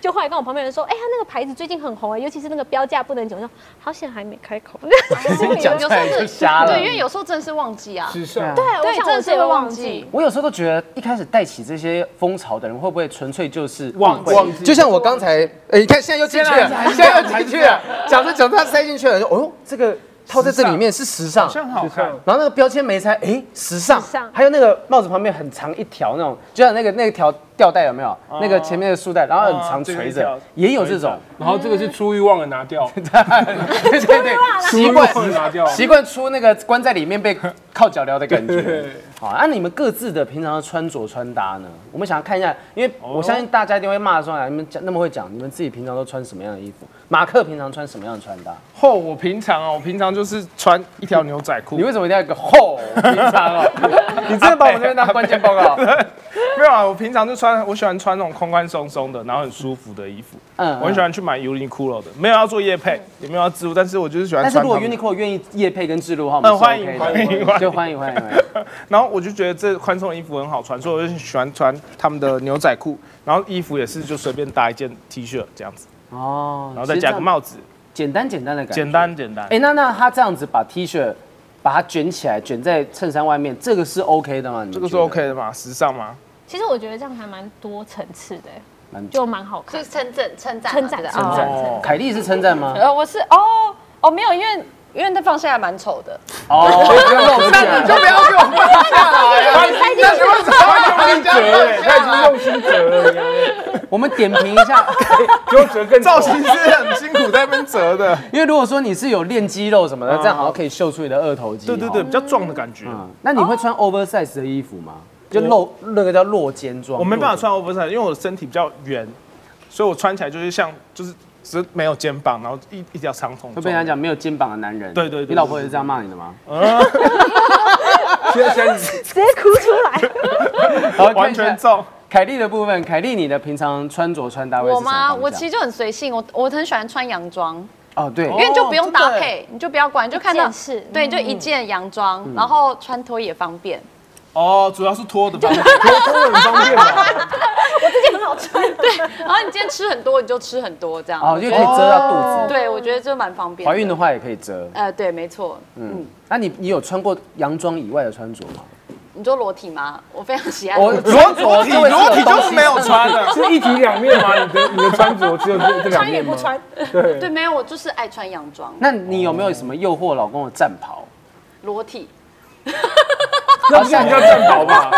[SPEAKER 5] 就后来跟我旁边人说，哎、他那个牌子最近很红哎，尤其是那个标价不能讲，我说好险还没开口。 <laughs>
[SPEAKER 2] <laughs>
[SPEAKER 5] 心里有
[SPEAKER 1] 讲出来就瞎了
[SPEAKER 2] 对，。因为有时候真的是忘记啊，
[SPEAKER 4] 时尚
[SPEAKER 5] 对，我想
[SPEAKER 2] 真
[SPEAKER 5] 我
[SPEAKER 2] 的是
[SPEAKER 5] 自己
[SPEAKER 2] 会
[SPEAKER 5] 会
[SPEAKER 2] 忘
[SPEAKER 5] 忘
[SPEAKER 2] 记
[SPEAKER 5] 记。。
[SPEAKER 1] 我有时候都觉得，一开始带起这些风潮的人，会不会纯粹就是
[SPEAKER 4] 忘记忘记
[SPEAKER 1] 就像我刚才，哎，你看现在又进去了，现在又进去了，讲着讲着他塞进去了，说，哦呦，这个套在这里面是时尚
[SPEAKER 3] 好，像很好看。
[SPEAKER 1] 然后那个标签没拆，哎，时尚
[SPEAKER 5] 时尚，
[SPEAKER 1] 还有那个帽子旁边很长一条那种，就像那个那条吊带有没有？那个前面的束带，然后很长垂
[SPEAKER 3] 这个
[SPEAKER 1] 着
[SPEAKER 3] 一条，
[SPEAKER 1] 也有这种，
[SPEAKER 4] 然后这个是出于忘了拿掉，
[SPEAKER 1] <laughs> 对对对，
[SPEAKER 4] 出于
[SPEAKER 1] 习
[SPEAKER 4] 忘了
[SPEAKER 1] 惯
[SPEAKER 4] 拿掉。
[SPEAKER 1] 习惯出那个关在里面被靠脚镣的感觉
[SPEAKER 4] 对。
[SPEAKER 1] 好，那、你们各自的平常的穿着穿搭呢？我们想要看一下，因为我相信大家一定会骂说，啊，你们讲那么会讲，你们自己平常都穿什么样的衣服？马克平常穿什么样的穿搭？
[SPEAKER 3] 后我平常哦，我平常就是穿一条牛仔裤
[SPEAKER 1] 你，为什么一定要一个吼？平常哦，你真的把我们这边当关键报告？ <laughs>
[SPEAKER 3] 没有啊，我平常就穿，我喜欢穿那种宽宽松松的，然后很舒服的衣服。
[SPEAKER 1] 嗯
[SPEAKER 3] 我很喜。欢去买 Uniqlo 的，没有要做夜配，
[SPEAKER 5] 嗯
[SPEAKER 3] 也没有要植入，但是我就是喜欢
[SPEAKER 1] 但是
[SPEAKER 3] 穿
[SPEAKER 1] 如果
[SPEAKER 3] 它们。
[SPEAKER 1] Uniqlo 愿意夜配跟制度的话，我们是
[SPEAKER 3] 嗯欢
[SPEAKER 1] OK
[SPEAKER 3] 迎
[SPEAKER 1] 的
[SPEAKER 3] 欢
[SPEAKER 1] <laughs>
[SPEAKER 3] 迎欢迎
[SPEAKER 1] 就欢迎欢迎欢
[SPEAKER 3] <laughs>
[SPEAKER 1] 迎。
[SPEAKER 3] 然后我就觉得这宽松的衣服很好穿，所以我就喜欢穿他们的牛仔裤，然后衣服也是就随便搭一件 T 恤这样子，
[SPEAKER 1] 哦，
[SPEAKER 3] 然后再加个，帽子，
[SPEAKER 1] 简单简单的感觉，
[SPEAKER 3] 简单简单
[SPEAKER 1] 哎、。那那他这样子把 T 恤把它卷起来，卷在衬衫外面，这个是 OK 的吗？你们
[SPEAKER 3] 这个是
[SPEAKER 1] 觉得
[SPEAKER 3] OK 的嘛？时尚嘛？
[SPEAKER 5] 其实我觉得这样还蛮多层次的，
[SPEAKER 1] 蛮
[SPEAKER 5] 就
[SPEAKER 2] <laughs>
[SPEAKER 5] 蛮好看。
[SPEAKER 2] 就是称赞称赞啊
[SPEAKER 5] 称
[SPEAKER 2] 称
[SPEAKER 5] 赞
[SPEAKER 1] 称
[SPEAKER 5] 称
[SPEAKER 1] 赞
[SPEAKER 2] 赞。
[SPEAKER 3] 哦
[SPEAKER 1] 凯莉是称赞
[SPEAKER 3] <laughs>
[SPEAKER 1] 吗？
[SPEAKER 2] 呃，我是哦哦没有，因为因为他放下来蛮丑的，
[SPEAKER 1] 哦，不要露出啊来
[SPEAKER 3] 那你就不要给我放下来啊！那你为什么要给人家
[SPEAKER 4] 折
[SPEAKER 3] 放下来
[SPEAKER 4] 哎，他已经用心折了，你看
[SPEAKER 1] <laughs> 我们点评一下， <laughs>
[SPEAKER 4] 给我折
[SPEAKER 3] <laughs>
[SPEAKER 4] 更
[SPEAKER 3] 造
[SPEAKER 4] 丑
[SPEAKER 3] 型师很辛苦在那边折的。
[SPEAKER 1] 因为如果说你是有练肌肉什么的，这样好像可以秀出你的二头肌。
[SPEAKER 3] 嗯对对对，
[SPEAKER 1] 哦
[SPEAKER 3] 比，较壮的感觉。
[SPEAKER 1] 嗯，那你会穿 oversize 的衣服吗？就露那个叫落肩装。
[SPEAKER 3] 我没办法
[SPEAKER 1] 落
[SPEAKER 3] 穿 oversize，因为我的身体比较圆，所以我穿起来就是像就是只是没有肩膀，然后一一条长筒。
[SPEAKER 1] 会被人家讲没有肩膀的男人。
[SPEAKER 3] 对对对
[SPEAKER 1] 你老婆也是这样骂你的吗？
[SPEAKER 4] 现在现在
[SPEAKER 5] 直接哭出来。
[SPEAKER 1] 好看一下
[SPEAKER 3] 完全 <laughs> 重。
[SPEAKER 1] 凯莉的部分，凯莉你的平常穿着穿搭会是
[SPEAKER 2] 我
[SPEAKER 1] 什么方
[SPEAKER 2] 吗？
[SPEAKER 1] 向
[SPEAKER 2] 我其实就很随性，我我很喜欢穿洋装，
[SPEAKER 1] 哦对，
[SPEAKER 2] 因为就不
[SPEAKER 3] 真
[SPEAKER 2] 用
[SPEAKER 3] 的
[SPEAKER 2] 搭
[SPEAKER 3] 耶
[SPEAKER 2] 配，你就不要管，你就看到
[SPEAKER 5] 一件事嗯
[SPEAKER 2] 对，就一件洋装，
[SPEAKER 1] 嗯
[SPEAKER 2] 然后穿脱也方便。
[SPEAKER 3] 哦，主要是脱的吧？
[SPEAKER 4] 真的很方便吧？
[SPEAKER 3] <laughs>
[SPEAKER 2] 然后你今天吃很多，你就吃很多这样。
[SPEAKER 1] 哦，就可以遮到肚子。
[SPEAKER 2] 对，我觉得这蛮方便。
[SPEAKER 1] 怀孕的？话也可以遮。
[SPEAKER 2] 呃，对，没错。嗯，
[SPEAKER 1] 那你你有穿过洋装以外的穿着吗？哦
[SPEAKER 2] 你做裸体吗？我非常喜爱。
[SPEAKER 1] 我
[SPEAKER 3] 裸裸体裸体就是没有穿的。
[SPEAKER 4] 是一体两面吗？你的你的穿着只有这这两面吗？
[SPEAKER 5] 穿，
[SPEAKER 4] 对
[SPEAKER 2] 对，没有，我就是爱穿洋装，
[SPEAKER 1] 那你有没有什么诱惑老公的战袍？
[SPEAKER 2] 裸体。
[SPEAKER 4] 那不是你叫战
[SPEAKER 1] <laughs>
[SPEAKER 4] 袍吧？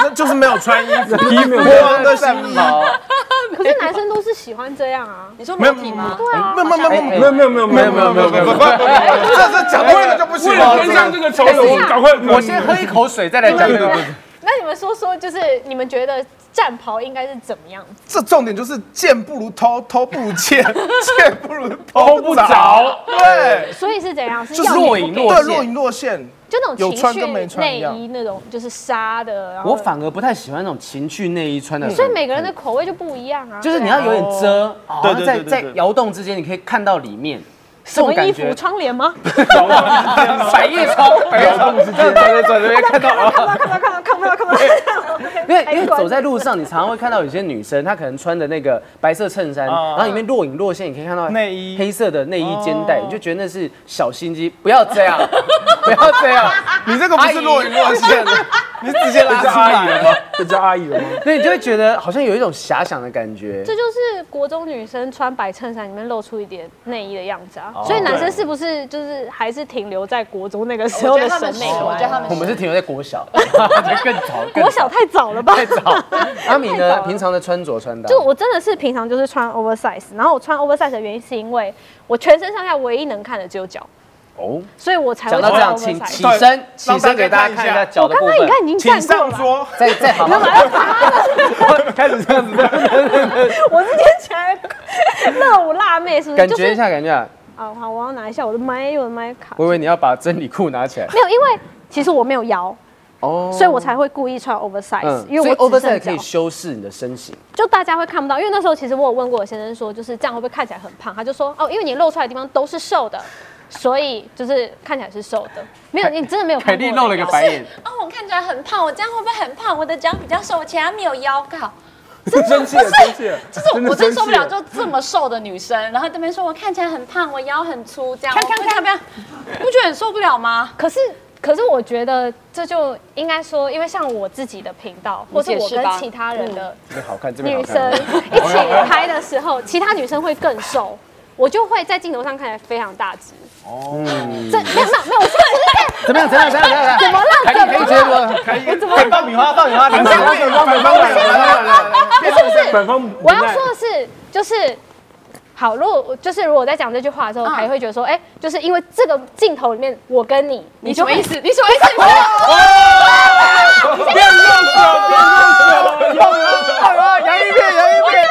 [SPEAKER 3] 那就是没有穿衣服，
[SPEAKER 4] 皮没有
[SPEAKER 3] 国王的新衣。
[SPEAKER 1] 袍。
[SPEAKER 5] 可是男生都是喜欢这样啊。
[SPEAKER 2] 你说
[SPEAKER 3] 没
[SPEAKER 2] 裸
[SPEAKER 3] 有
[SPEAKER 2] 体吗？
[SPEAKER 3] 没有没有没有没有
[SPEAKER 4] 没有没有没有没有没有没有没有，
[SPEAKER 3] 这这讲这个就不行
[SPEAKER 4] 为了跟上这个潮流，我赶快
[SPEAKER 1] 我先喝一口水再来讲这个。
[SPEAKER 5] 那你们说说，就是你们觉得战袍应该是怎么样子？
[SPEAKER 3] 这重点就是贱不如偷，偷不如 <laughs> 贱，贱不如偷
[SPEAKER 4] 偷不着。
[SPEAKER 3] 对，
[SPEAKER 5] 所以是怎样？是
[SPEAKER 1] 就是
[SPEAKER 5] 要你不
[SPEAKER 1] 若隐
[SPEAKER 5] 给
[SPEAKER 1] 若
[SPEAKER 3] 对，
[SPEAKER 1] 现
[SPEAKER 3] 若隐若现。
[SPEAKER 5] 就那种
[SPEAKER 3] 有
[SPEAKER 5] 情
[SPEAKER 3] 穿
[SPEAKER 5] 趣
[SPEAKER 3] 跟没穿
[SPEAKER 5] 内
[SPEAKER 3] 一样
[SPEAKER 5] 衣那种，就是纱的。然后
[SPEAKER 1] 我反而不太喜欢那种情趣内衣穿的，
[SPEAKER 5] 所以每个人的口味就不一样啊。
[SPEAKER 1] 就是你要有点遮，然
[SPEAKER 3] 对
[SPEAKER 1] 后
[SPEAKER 3] 对
[SPEAKER 1] 在
[SPEAKER 3] 对对
[SPEAKER 1] 在
[SPEAKER 3] 对
[SPEAKER 1] 摇动之间你可以看到里面。这
[SPEAKER 5] 什
[SPEAKER 1] 种
[SPEAKER 5] 么
[SPEAKER 1] 感
[SPEAKER 5] 衣
[SPEAKER 1] 觉
[SPEAKER 5] 服？窗帘吗？
[SPEAKER 1] <laughs> 百叶窗，百叶窗之间转转这边看 <laughs> 到
[SPEAKER 3] 哦
[SPEAKER 1] 啊。
[SPEAKER 5] 看不到，看不到，看不到，看不到。
[SPEAKER 1] 因为因为
[SPEAKER 5] 哎关
[SPEAKER 1] 走在路上，你常常会看到有些女生，她可能穿的那个白色衬衫，
[SPEAKER 3] 啊
[SPEAKER 1] 然后里面若隐若现，你可以看到
[SPEAKER 3] 内衣哦
[SPEAKER 1] 黑色的内衣肩带，你就觉得那是小心机，不要这样， <laughs> 不要这样。
[SPEAKER 3] 你这个不是若隐若现， <laughs> 你直接拉
[SPEAKER 4] 这
[SPEAKER 3] 出
[SPEAKER 4] 叫阿姨
[SPEAKER 3] 来
[SPEAKER 4] 了吗？这叫阿姨了吗？
[SPEAKER 1] 所以你就会觉得好像有一种遐想的感觉。
[SPEAKER 5] 这就是国中女生穿白衬衫里面露出一点内衣的样子
[SPEAKER 1] 哦
[SPEAKER 5] 啊。所以男生是不是就是还是停留在国中那个时候的审美
[SPEAKER 2] 我觉得他
[SPEAKER 5] 观？
[SPEAKER 2] 们
[SPEAKER 1] 我们是停留在国小，
[SPEAKER 5] <laughs>
[SPEAKER 1] 就更早，更
[SPEAKER 5] 国小
[SPEAKER 1] 早
[SPEAKER 5] 太早了吧？
[SPEAKER 1] 太早。阿敏
[SPEAKER 5] 太早
[SPEAKER 1] 呢，
[SPEAKER 5] 了
[SPEAKER 1] 平常的穿着穿搭，
[SPEAKER 5] 就我真的是平常就是穿 oversize，然后我穿 oversize 的原因是因为我全身上下唯一能看的只有脚，
[SPEAKER 1] 哦，
[SPEAKER 5] 所以我才会
[SPEAKER 1] 讲到这
[SPEAKER 5] 穿
[SPEAKER 1] 样，请
[SPEAKER 5] oversize
[SPEAKER 1] 起身，起身给大家看一下脚
[SPEAKER 5] 我
[SPEAKER 1] 的
[SPEAKER 5] 刚
[SPEAKER 1] 部
[SPEAKER 5] 刚应
[SPEAKER 1] 分。
[SPEAKER 5] 该已经
[SPEAKER 3] 请
[SPEAKER 5] 站过
[SPEAKER 3] 上
[SPEAKER 5] 了，
[SPEAKER 3] 桌。
[SPEAKER 1] 再再好好， <laughs> 开始这样子， <laughs>
[SPEAKER 5] 我是今天起来热舞辣妹是不是？
[SPEAKER 1] 感
[SPEAKER 5] 就
[SPEAKER 1] 觉一
[SPEAKER 5] 是
[SPEAKER 1] 下，感觉一下。
[SPEAKER 5] 啊，好，我要拿一下我的麦，我的麦卡。
[SPEAKER 1] 微微，你要把真理裤拿起来
[SPEAKER 5] 没有，因为其实我没有腰，
[SPEAKER 1] 哦，
[SPEAKER 5] 所以我才会故意穿 oversize，因为我
[SPEAKER 1] 嗯所
[SPEAKER 5] 只
[SPEAKER 1] 以 oversize
[SPEAKER 5] 剩
[SPEAKER 1] 可
[SPEAKER 5] 脚
[SPEAKER 1] 以，修饰你的身形。
[SPEAKER 5] 就大家会看不到。因为那时候其实我有问过我先生说，就是这样会不会看起来很胖？他就说哦，因为你露出来的地方都是瘦的，所以就是凯看起来是瘦的。没有，你真的没有
[SPEAKER 1] 凯
[SPEAKER 5] 看过我
[SPEAKER 1] 莉
[SPEAKER 5] 的
[SPEAKER 1] 露了个
[SPEAKER 5] 腰
[SPEAKER 1] 白
[SPEAKER 5] <laughs>
[SPEAKER 1] 眼，
[SPEAKER 2] 哦，我看起来
[SPEAKER 5] 啊
[SPEAKER 2] 很胖，我这样会不会很胖？我的脚比较瘦，我其他没有腰。靠，
[SPEAKER 4] 生气了，生气了，
[SPEAKER 2] 就是我我真
[SPEAKER 4] 生
[SPEAKER 2] 受
[SPEAKER 4] 气
[SPEAKER 2] 不了，就这么瘦的女生，然后这边说我看起来很胖，我腰很粗，这样，看看看，不要，不觉得很受不了吗？
[SPEAKER 5] 可是，可是我觉得这就应该说，因为像我自己的频道，或是
[SPEAKER 2] 解
[SPEAKER 5] 我
[SPEAKER 2] 释
[SPEAKER 5] 跟
[SPEAKER 2] 吧
[SPEAKER 5] 其他人的
[SPEAKER 1] 这边好嗯看，这边
[SPEAKER 5] 女
[SPEAKER 1] 好
[SPEAKER 5] 生
[SPEAKER 1] 看。
[SPEAKER 5] 一起拍的时候，其他女生会
[SPEAKER 1] <laughs>
[SPEAKER 5] 更瘦，我就会在镜头上看起来非常大只。哦，
[SPEAKER 1] 嗯
[SPEAKER 5] 这没有没有没有，
[SPEAKER 1] <laughs>
[SPEAKER 5] 我是
[SPEAKER 1] 怎么样？怎么样？怎么样？怎么了？凯莉可以接吗？凯莉，哦
[SPEAKER 3] 哎
[SPEAKER 1] 爆米花，爆米花，等等，等等，等
[SPEAKER 4] 反方
[SPEAKER 5] 我要说的是，就是好，如果我就是如果我在讲这句话的时
[SPEAKER 1] 啊
[SPEAKER 2] 嗯
[SPEAKER 5] 候，还会觉得说，哎，就是因为这个镜头里面我跟你，
[SPEAKER 2] 你哦
[SPEAKER 5] 你
[SPEAKER 2] 什
[SPEAKER 5] 就
[SPEAKER 2] 么
[SPEAKER 5] 会
[SPEAKER 2] 意思？你什么意思？
[SPEAKER 1] 爆米花，啊洋芋片，洋芋片。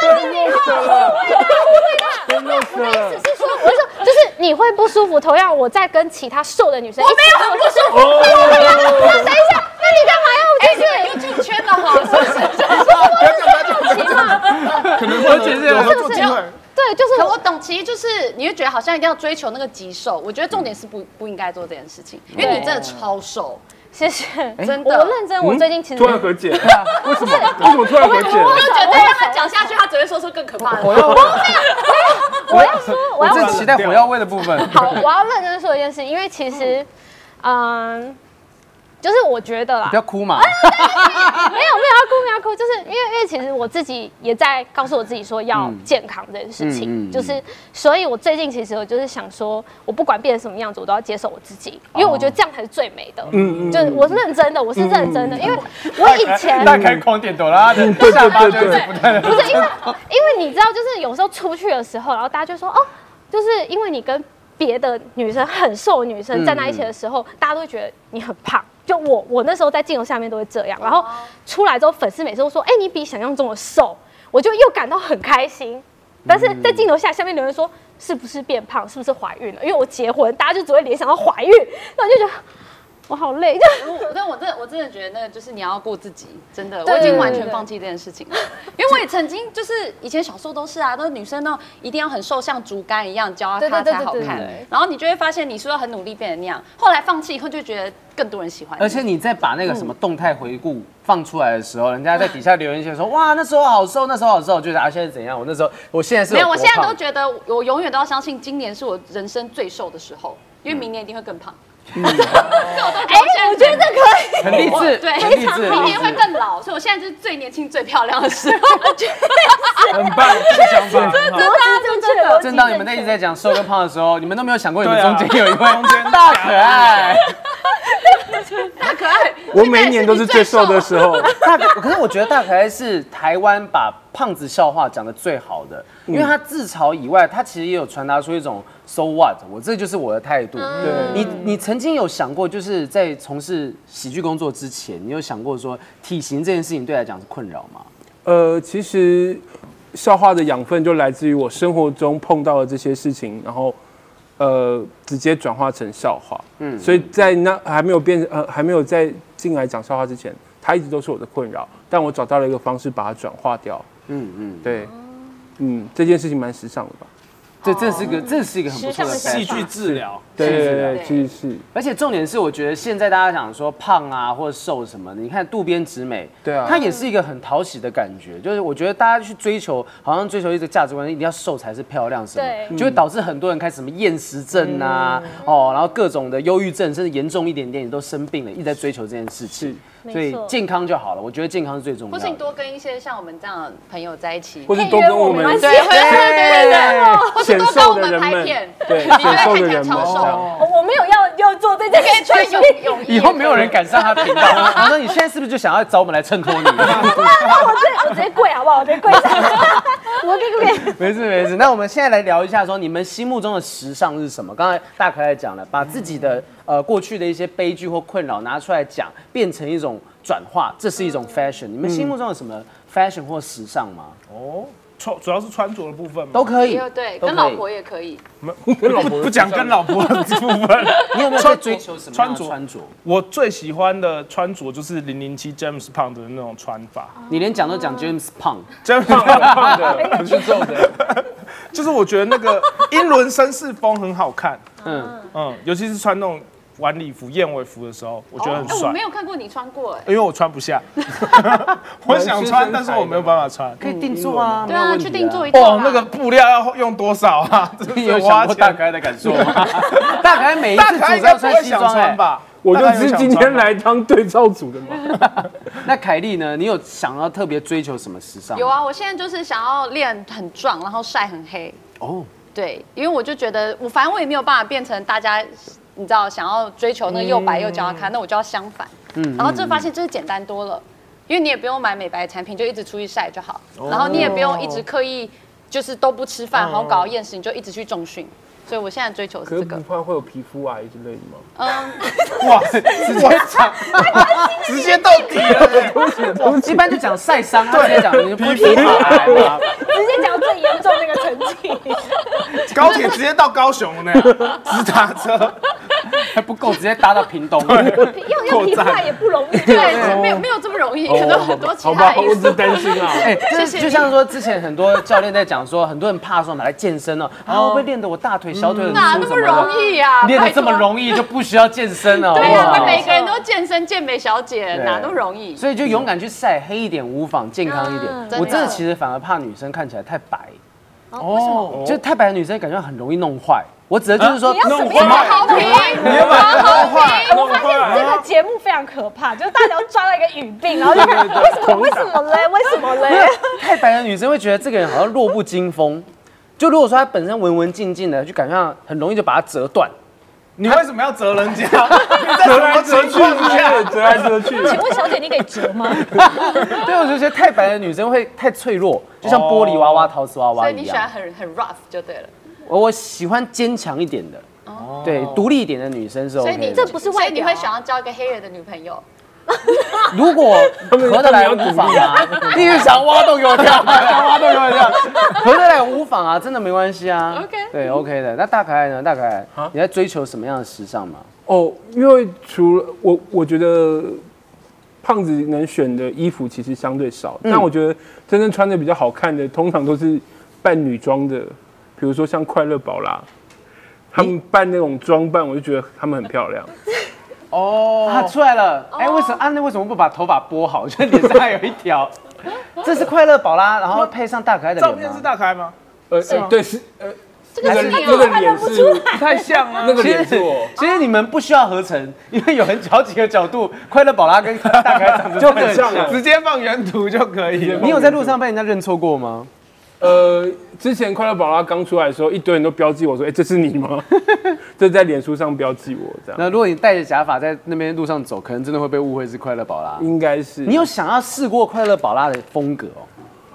[SPEAKER 5] 我的意思是说，我是说，就是你会不舒服。同样，我在跟其他瘦的女生，我没有很不舒服。哎那等一下，那你干嘛要我进去？
[SPEAKER 2] 又进圈了哈，哎 <laughs> 是不是？
[SPEAKER 3] 可能我
[SPEAKER 1] 解释
[SPEAKER 3] 有合
[SPEAKER 5] 是
[SPEAKER 3] 作
[SPEAKER 5] 不是
[SPEAKER 3] 机会。
[SPEAKER 5] 对，就是
[SPEAKER 2] 可
[SPEAKER 5] 我
[SPEAKER 2] 我懂，其实就是你会觉得好像一定要追求那个极瘦，我觉得重点是不不应该做这件事情，因为你真的超瘦，
[SPEAKER 5] 谢谢，
[SPEAKER 2] 真的
[SPEAKER 5] 我认哎真，我嗯最近其实
[SPEAKER 4] 突然和解，为什么？为什么突然和解？
[SPEAKER 2] 我就觉得让他讲下去，他只会说出更可怕的。
[SPEAKER 1] 火药味，
[SPEAKER 5] 我要说，我
[SPEAKER 1] 我
[SPEAKER 5] 要
[SPEAKER 1] 正期待火药味的部分。
[SPEAKER 5] 好，我要认真说一件事，因为其实，嗯，就是我觉得啦
[SPEAKER 1] 不，要哭嘛，
[SPEAKER 5] <laughs> 没有没有要哭没有要哭，就是因为因为其实我自己也在告诉我自己说要健康这件事
[SPEAKER 1] 嗯
[SPEAKER 5] 情，
[SPEAKER 1] 嗯嗯
[SPEAKER 5] 就是所以我最近其实我就是想说，我不管变成什么样子，我都要接受我自己，因为我觉得这样才是最美的。嗯嗯，就是我是认真的，我是认真的，因为我以前
[SPEAKER 1] 大开狂点朵拉的
[SPEAKER 4] 对
[SPEAKER 1] 下
[SPEAKER 4] 对
[SPEAKER 1] 巴
[SPEAKER 4] 对
[SPEAKER 1] 就一直不断
[SPEAKER 5] 不是因为，因为你知道，就是有时候出去的时候，然后大家就说哦，就是因为你跟别的女生很瘦的女生站在一起的时候，大家都会觉得你很胖。就我，我那时候在镜头下面都会这样，然后出来之后，粉丝每次都说，哎、你比想象中的瘦，我就又感到很开心。但是在镜头下，下面留言说是不是变胖，是不是怀孕了？因为我结婚，大家就只会联想到怀孕，那我就觉得我好累，就
[SPEAKER 2] 我 <laughs> 但我真的我真的觉得那个就是你要顾自己，真的，
[SPEAKER 5] 对
[SPEAKER 2] 我已经完
[SPEAKER 5] 对
[SPEAKER 2] 全
[SPEAKER 5] 对
[SPEAKER 2] 放弃这件事情了，因为我也曾经就是以前小时候都是啊，都是女生呢一定要很瘦，像竹竿一样脚啊
[SPEAKER 5] 对
[SPEAKER 2] 它
[SPEAKER 5] 对对
[SPEAKER 2] 才好
[SPEAKER 5] 对对
[SPEAKER 2] 看
[SPEAKER 5] 对对，
[SPEAKER 2] 然后你就会发现你是要很努力变成那样，后来放弃以后就觉得更多人喜欢你，
[SPEAKER 1] 而且你在把那个什么动态回顾放出来的时候，人家在底下留言就说哇那时候好瘦，那时候好瘦，就是啊现在怎样？我那时候我现在是
[SPEAKER 2] 没有，
[SPEAKER 1] 多
[SPEAKER 2] 我现在
[SPEAKER 1] 胖
[SPEAKER 2] 都觉得我永远都要相信今年是我人生最瘦的时候，因
[SPEAKER 1] 嗯
[SPEAKER 2] 为明年一定会更胖。 <laughs>
[SPEAKER 5] 哎、我觉得可以。
[SPEAKER 1] 很励
[SPEAKER 2] 我
[SPEAKER 1] 志，
[SPEAKER 2] 对
[SPEAKER 1] 很
[SPEAKER 2] <laughs>
[SPEAKER 1] 励
[SPEAKER 2] 非常
[SPEAKER 1] 志，
[SPEAKER 2] 明
[SPEAKER 1] 很励
[SPEAKER 2] 年
[SPEAKER 1] 志
[SPEAKER 2] 会更老，所以我现在就是最年轻、最漂亮的时候。
[SPEAKER 4] 很棒，这个想法很好。
[SPEAKER 5] 啊真的真的
[SPEAKER 1] 正当你们在一直在讲瘦跟胖的时候，你们都没有想过你们
[SPEAKER 3] 对
[SPEAKER 1] <laughs> 中
[SPEAKER 3] 啊
[SPEAKER 1] 间有一位大可爱。
[SPEAKER 2] 大可爱，
[SPEAKER 4] <laughs> 我每一年都是最瘦啊的时候，
[SPEAKER 1] <laughs> 大可，可是我觉得大可爱是台湾把胖子笑话讲的最好的，因为他自嘲以外，他其实也有传达出一种 so what，我这就是我的态度。
[SPEAKER 5] 嗯
[SPEAKER 4] 对
[SPEAKER 1] 你你曾经有想过，就是在从事喜剧工作之前，你有想过说体型这件事情对来讲是困扰吗？
[SPEAKER 4] 呃，其实笑话的养分就来自于我生活中碰到的这些事情，然后呃直接转化成笑话。嗯，所以在那还没有变呃还没有在进来讲笑话之前，它一直都是我的困扰，但我找到了一个方式把它转化掉。
[SPEAKER 1] 嗯嗯，
[SPEAKER 4] 对，嗯，这件事情蛮时尚的吧？
[SPEAKER 1] 这这是个这是一个很不错的
[SPEAKER 5] 时尚
[SPEAKER 1] 办
[SPEAKER 5] 的
[SPEAKER 1] 法
[SPEAKER 3] 戏剧治疗，
[SPEAKER 4] 对
[SPEAKER 1] 是
[SPEAKER 4] 对
[SPEAKER 1] 的
[SPEAKER 4] 对，其实是
[SPEAKER 1] 而且重点是，我觉得现在大家讲说胖啊或者瘦什么的，你看渡边直美，
[SPEAKER 4] 对啊
[SPEAKER 1] 她也是一个很讨喜的感觉。就是我觉得大家去追求，好像追求一个价值观，一定要瘦才是漂亮什么，
[SPEAKER 5] 对
[SPEAKER 1] 就会导致很多人开始什么厌食症啊，哦，然后各种的忧郁症，甚至严重一点点也都生病了，一直在追求这件事情。
[SPEAKER 5] 是
[SPEAKER 1] 所以
[SPEAKER 5] 没错
[SPEAKER 1] 健康就好了，我觉得健康是最重要
[SPEAKER 2] 不
[SPEAKER 1] 的
[SPEAKER 2] 是。你多跟一些像我们这样的朋友在一起，
[SPEAKER 4] 或是多跟我们
[SPEAKER 5] 对
[SPEAKER 2] 对，会对对对对，或是
[SPEAKER 4] 显
[SPEAKER 2] 多跟我
[SPEAKER 4] 瘦的
[SPEAKER 2] 们
[SPEAKER 4] 人
[SPEAKER 2] 拍
[SPEAKER 4] 们
[SPEAKER 2] 片，，
[SPEAKER 4] 对
[SPEAKER 2] 你就会
[SPEAKER 4] 显瘦的
[SPEAKER 2] 看
[SPEAKER 4] 人
[SPEAKER 2] 起来
[SPEAKER 4] 们，
[SPEAKER 2] 超瘦
[SPEAKER 4] 这样
[SPEAKER 5] 我我没有要要做这件
[SPEAKER 2] 可以
[SPEAKER 5] 事
[SPEAKER 2] 穿
[SPEAKER 5] 情
[SPEAKER 2] 泳。泳衣。
[SPEAKER 1] <laughs> 以后没有人敢上她频道，我说你现在是不是就想要找我们来衬托你？
[SPEAKER 5] 那我直接我直接跪好不好？我直接跪下。 <laughs> 我给个脸。
[SPEAKER 1] 没事没事，那我们现在来聊一下，说你们心目中的时尚是什么？刚才大可也讲了，把自己的呃过去的一些悲剧或困扰拿出来讲，变成一种转化，这是一种 fashion。你们心目中有什么 fashion 或时尚吗？
[SPEAKER 3] 哦，穿主要是穿着的部分嘛，
[SPEAKER 1] 都可以
[SPEAKER 2] 也有，对，
[SPEAKER 1] 都可
[SPEAKER 2] 跟
[SPEAKER 1] 以
[SPEAKER 2] 老婆也可以。
[SPEAKER 3] 没跟老婆不讲跟老婆的部分。 <laughs>
[SPEAKER 1] 你有没有在
[SPEAKER 3] 穿
[SPEAKER 1] 追求什么样的
[SPEAKER 3] 穿着
[SPEAKER 1] 穿着？
[SPEAKER 3] 我最喜欢的穿着就是零零七 James Bond 的那种穿法
[SPEAKER 2] 啊
[SPEAKER 1] 你连讲都讲 James Pong，
[SPEAKER 3] ，James <laughs> Bond 的，哎是皱的， <laughs> 就是我觉得那个英伦绅士风很好看，
[SPEAKER 1] 嗯，
[SPEAKER 3] 嗯，尤其是穿那种晚礼服、燕尾服的时候，我觉得很
[SPEAKER 2] 哎我
[SPEAKER 3] 帅
[SPEAKER 2] 没，有看过你穿过，哎。
[SPEAKER 3] 因为我穿不 <laughs> 下，我想穿，但是我没有办法穿。
[SPEAKER 1] 可以定做啊，
[SPEAKER 2] 对啊，去定做
[SPEAKER 1] 一
[SPEAKER 2] 一套啦
[SPEAKER 3] 哦，那个布料要用多少 <laughs> 啊？真
[SPEAKER 1] 你
[SPEAKER 3] 是
[SPEAKER 1] 有想
[SPEAKER 3] 花
[SPEAKER 1] 过
[SPEAKER 3] 钱
[SPEAKER 1] 大可爱的感受吗？ <laughs> 大可爱每一
[SPEAKER 3] 大
[SPEAKER 1] 次
[SPEAKER 3] 可
[SPEAKER 1] 组
[SPEAKER 3] 爱应
[SPEAKER 1] 都
[SPEAKER 3] 该
[SPEAKER 1] 要
[SPEAKER 3] 不会
[SPEAKER 1] 穿西
[SPEAKER 3] 想
[SPEAKER 1] 装哎
[SPEAKER 3] 穿。吧？
[SPEAKER 4] 我就
[SPEAKER 3] 大可爱
[SPEAKER 4] 是
[SPEAKER 3] 有想
[SPEAKER 4] 今
[SPEAKER 3] 穿
[SPEAKER 4] 天
[SPEAKER 3] 吧
[SPEAKER 4] 来当对照
[SPEAKER 2] <laughs>
[SPEAKER 4] 组的嘛。
[SPEAKER 1] 那凯莉呢？你有想要特别追求什么时尚？
[SPEAKER 2] 有，啊，我现在就是想要练很壮，然后晒很黑。
[SPEAKER 1] 哦，
[SPEAKER 2] 对，因为我就觉得我反正我也没有办法变成大家，你知道想要追求那个又白又焦的咖，那我就要相反。嗯，然后这发现就是简单多了，因为你也不用买美白产品，就一直出去晒就好，然后你也不用一直刻意就是都不吃饭，然后搞到厌食，你就一直去重训。所以我现在追求的
[SPEAKER 4] 可
[SPEAKER 2] 是
[SPEAKER 4] 是
[SPEAKER 2] 这
[SPEAKER 4] 不
[SPEAKER 2] 个，
[SPEAKER 4] 怕会有皮肤癌之类的吗？
[SPEAKER 2] 嗯，
[SPEAKER 3] <laughs> 哇，直接讲， <laughs> 直接到底了。
[SPEAKER 1] <laughs> 一般就讲晒伤，啊他直接讲你不皮啊肤癌嘛。
[SPEAKER 5] 直接讲最严重那个成绩。
[SPEAKER 3] 高铁直接到高雄 <laughs> 呢，直达车。
[SPEAKER 1] 还不够，直接搭到屏东。
[SPEAKER 5] <laughs> 要要皮肤癌也不容易，
[SPEAKER 2] 对，没有没有这么容易，可能很多其
[SPEAKER 4] 好
[SPEAKER 2] 他
[SPEAKER 4] 吧，
[SPEAKER 2] 因
[SPEAKER 4] 我只
[SPEAKER 2] 素
[SPEAKER 4] 是。担心啊。
[SPEAKER 1] 哎，就是就像说之前很多教练在讲说，很多人怕说拿来健身哦，然后会练得我大腿、小腿很
[SPEAKER 2] 哪
[SPEAKER 1] 粗
[SPEAKER 2] 嗯啊那
[SPEAKER 1] 什
[SPEAKER 2] 么
[SPEAKER 1] 么
[SPEAKER 2] 容
[SPEAKER 1] 的。
[SPEAKER 2] 易呀、啊？
[SPEAKER 1] 练得这么
[SPEAKER 2] 拜托
[SPEAKER 1] 容易就不需要健身了，
[SPEAKER 2] <laughs> 对啊呀、
[SPEAKER 1] 好不
[SPEAKER 2] 那
[SPEAKER 1] 好
[SPEAKER 2] 每个人都健身健美小姐，
[SPEAKER 1] 对
[SPEAKER 2] 哪都容易。
[SPEAKER 1] 所以就勇敢去晒黑一点，无妨，健康一点。
[SPEAKER 5] 嗯
[SPEAKER 2] 啊真的
[SPEAKER 1] 我真的其实反而怕女生看起来太白，
[SPEAKER 3] 哦
[SPEAKER 1] 就太白的女生感觉很容易弄坏。哦我指的就是
[SPEAKER 2] 啊
[SPEAKER 1] 说
[SPEAKER 5] 你要什
[SPEAKER 1] 弄
[SPEAKER 5] 么样
[SPEAKER 1] 坏。
[SPEAKER 5] 的好
[SPEAKER 2] 好评
[SPEAKER 5] 评？，
[SPEAKER 3] 你要把弄坏，弄
[SPEAKER 5] 发现这
[SPEAKER 3] 坏。
[SPEAKER 5] 个节目非常可怕，就是大家都抓到一个语病，然后就看为什么为什么嘞？为什么
[SPEAKER 1] 没
[SPEAKER 5] 嘞
[SPEAKER 1] 有？太白的女生会觉得这个人好像弱不禁风。就如果说她本身文文静静的，就感觉上很容易就把它折 <laughs> 断。
[SPEAKER 3] 你为什么要折人 <laughs> 家？你在什么情
[SPEAKER 4] 去不
[SPEAKER 3] 况下？
[SPEAKER 4] 是折来折去，
[SPEAKER 5] <laughs> 请问小姐，你给折吗？
[SPEAKER 1] 对，我就觉得太白的女生会太脆弱，就像玻璃娃娃、陶瓷娃
[SPEAKER 2] 哦所
[SPEAKER 1] 娃
[SPEAKER 2] 以你
[SPEAKER 1] 一
[SPEAKER 2] 喜欢
[SPEAKER 1] 样。
[SPEAKER 2] 很很 rough 就对了。
[SPEAKER 1] 我我喜欢坚强一点的，对，独立一点的女生是
[SPEAKER 2] 哦所以你
[SPEAKER 1] OK
[SPEAKER 5] 这
[SPEAKER 1] 的。
[SPEAKER 5] 不是
[SPEAKER 2] 所
[SPEAKER 5] 外
[SPEAKER 2] 以你
[SPEAKER 5] 表
[SPEAKER 2] 会想要交一个黑人的女朋友？
[SPEAKER 1] <laughs> 如果合得来无妨啊，你是想挖洞给我跳，啊想挖洞给我跳，合得来无妨啊，真的没关系啊。
[SPEAKER 2] OK
[SPEAKER 1] 对 OK 的。那大可爱呢？大可爱，你在追求什么样的时尚吗？
[SPEAKER 4] 哦，因为除了我，我觉得胖子能选的衣服其实相对少，但我觉得真正穿的比较好看的，通常都是扮女装的，比如说像快乐宝啦，他们扮那种装扮，我就觉得他们很漂亮。
[SPEAKER 3] 哦
[SPEAKER 1] 啊，出来了！哎、为什么啊？那为什么不把头发拨好？ <laughs> 就脸上还有一条。这是快乐宝啦，然后配上大可爱的
[SPEAKER 3] 照
[SPEAKER 1] 脸
[SPEAKER 3] 片是
[SPEAKER 1] 吗？
[SPEAKER 3] 大开吗？
[SPEAKER 4] 呃，呃对，是呃，
[SPEAKER 5] 这
[SPEAKER 4] 那个
[SPEAKER 5] 个是
[SPEAKER 4] 那个脸是
[SPEAKER 3] 太像了。
[SPEAKER 4] 那个
[SPEAKER 1] 其
[SPEAKER 4] 脸是
[SPEAKER 1] 实
[SPEAKER 4] 我。
[SPEAKER 1] 其实你们不需要合成，因为有很好几个角度，快乐宝拉跟大可爱长得就很像。
[SPEAKER 3] <laughs> 直接放原图就可以了。
[SPEAKER 1] 你有在路上被人家认错过吗？
[SPEAKER 4] 呃，之前快乐宝拉刚出来的时候，一堆人都标记我说：“哎、这是你吗？”这在脸书上标记我，这样
[SPEAKER 1] 那如果你戴着假发在那边路上走，可能真的会被误会是快乐宝拉。
[SPEAKER 4] 应该是
[SPEAKER 1] 你有想要试过快乐宝拉的风格哦？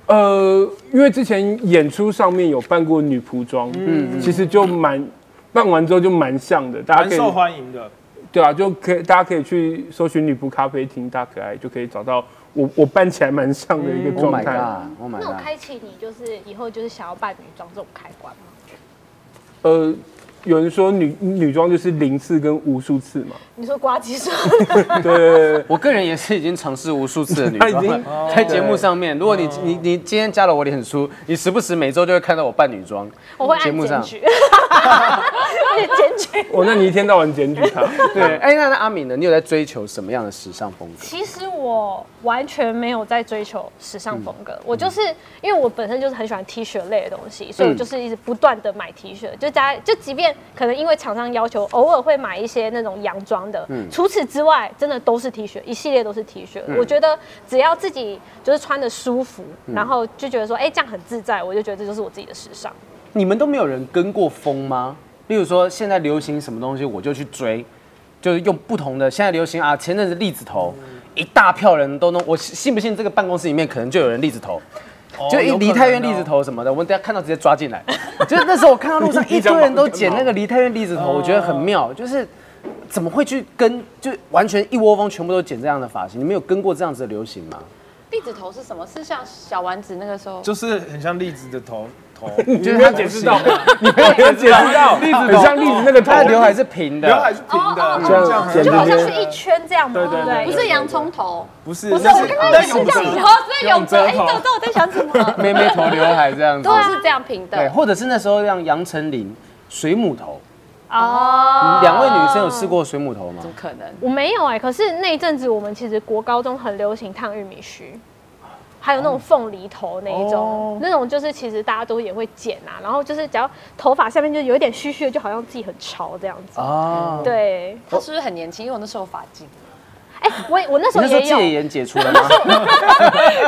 [SPEAKER 4] 呃，因为之前演出上面有扮过女仆装，嗯，其实就蛮扮完之后就蛮像的，大家
[SPEAKER 3] 蛮
[SPEAKER 4] 可
[SPEAKER 3] 受
[SPEAKER 4] 以
[SPEAKER 3] 欢迎的。
[SPEAKER 4] 对啊，就可以大家可以去搜寻女仆咖啡厅大可爱，就可以找到我 <laughs> 我扮起来蛮像的一个
[SPEAKER 1] Oh
[SPEAKER 4] <laughs> 状
[SPEAKER 1] my
[SPEAKER 4] 态。
[SPEAKER 1] god！Oh my
[SPEAKER 5] 那我
[SPEAKER 1] god！
[SPEAKER 5] 开启你就是以后就是想要扮女装这种开关吗？
[SPEAKER 4] 呃，有人说女女装就是零次跟无数次
[SPEAKER 1] <laughs>
[SPEAKER 4] 嘛，
[SPEAKER 5] 你说瓜吉说，
[SPEAKER 4] 对对对对
[SPEAKER 1] 我个人也是已经尝试无数次的女
[SPEAKER 4] 她 <laughs> 已
[SPEAKER 1] 装
[SPEAKER 4] 经
[SPEAKER 1] 了，在节目上面，如果你你你今天加了我脸书，你时不时每周就会看到我扮女装。
[SPEAKER 5] 我会
[SPEAKER 1] 节
[SPEAKER 5] 按
[SPEAKER 1] 目
[SPEAKER 5] 检
[SPEAKER 1] 上
[SPEAKER 5] 举，检 <laughs> 举。
[SPEAKER 4] 哦，那你一天到晚检举
[SPEAKER 1] <laughs>
[SPEAKER 4] 她。
[SPEAKER 1] 对，哎，那那阿敏呢？你有在追求什么样的时尚风格？
[SPEAKER 5] 其实我完全没有在追求时尚风格，我就是因为我本身就是很喜欢 T 恤类的东西，所以我就是一直不断的买 T 恤，就加就即便可能因为厂商要求，偶尔会买一些那种洋装的，除此之外，真的都是 T 恤，一系列都是 T 恤。我觉得只要自己就是穿的舒服，然后就觉得说，哎、这样很自在，我就觉得这就是我自己的时尚。
[SPEAKER 1] 你们都没有人跟过风吗？例如说现在流行什么东西，我就去追，就是用不同的。现在流行啊，前
[SPEAKER 3] 嗯
[SPEAKER 1] 阵子栗子头，一大票人都弄，我信信不信这个办公室里面可能就有人栗子头。就一
[SPEAKER 3] 有可能
[SPEAKER 1] 梨泰院
[SPEAKER 3] 哦
[SPEAKER 1] 栗子头什么的，我们等下看到直接抓进
[SPEAKER 3] <laughs>
[SPEAKER 1] 来。就是那时候我看到路上一堆人都捡那个梨泰院栗子
[SPEAKER 3] 哦
[SPEAKER 1] 头，我觉得很妙，就是怎么会去跟就完全一窝蜂全部都剪这样的发型？你们有跟过这样子的流行吗？
[SPEAKER 2] 栗子头是什么？是像小丸子那个时候，
[SPEAKER 3] 就是很像栗子的头
[SPEAKER 1] <laughs>
[SPEAKER 3] 头，
[SPEAKER 4] 你没有解释到， <laughs> 你没有解释到，很像栗子那个头
[SPEAKER 1] 他的刘海是平的，
[SPEAKER 3] 刘海是平的，
[SPEAKER 5] 哦
[SPEAKER 4] 这样剪
[SPEAKER 5] 就好像
[SPEAKER 4] 这
[SPEAKER 5] 是
[SPEAKER 4] 边
[SPEAKER 5] 一圈这样嘛，
[SPEAKER 3] 对
[SPEAKER 5] 对
[SPEAKER 3] 对
[SPEAKER 5] 不
[SPEAKER 3] 对
[SPEAKER 5] 对？
[SPEAKER 2] 不是洋葱头，
[SPEAKER 3] 不是，
[SPEAKER 5] 不是，
[SPEAKER 3] 但
[SPEAKER 5] 我刚刚也是
[SPEAKER 3] 但
[SPEAKER 5] 这
[SPEAKER 3] 永
[SPEAKER 5] 样子，
[SPEAKER 3] 泽
[SPEAKER 5] 哦，是永泽，哎，
[SPEAKER 3] 永泽头
[SPEAKER 5] 你怎么知道我在想什 <laughs> 么？
[SPEAKER 1] 妹妹头刘海这样子
[SPEAKER 2] 都。是这样平
[SPEAKER 1] 对，
[SPEAKER 2] 的。
[SPEAKER 1] 或者是那时候让杨丞琳水母头，
[SPEAKER 5] 哦，
[SPEAKER 1] 两位女生有试过水母头吗？
[SPEAKER 2] 不可能，
[SPEAKER 5] 我没有哎、可是那一阵子我们其实国高中很流行烫玉米须，还有那种凤梨头那一种，
[SPEAKER 1] 哦
[SPEAKER 5] 那种就是其实大家都也会剪啊，然后就是只要头发下面就有一点虚虚的，就好像自己很潮这样子。
[SPEAKER 1] 哦，
[SPEAKER 5] 对，
[SPEAKER 2] 他是不是很年轻？因为我那时候发髻，
[SPEAKER 5] 哎、我我那时
[SPEAKER 1] 你那
[SPEAKER 5] 候
[SPEAKER 1] 时候
[SPEAKER 5] 也
[SPEAKER 1] 戒
[SPEAKER 5] 有，
[SPEAKER 1] 严解除了 <laughs> 吗？
[SPEAKER 2] <laughs>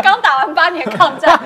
[SPEAKER 2] 刚打完八年抗
[SPEAKER 5] <laughs>
[SPEAKER 2] 战，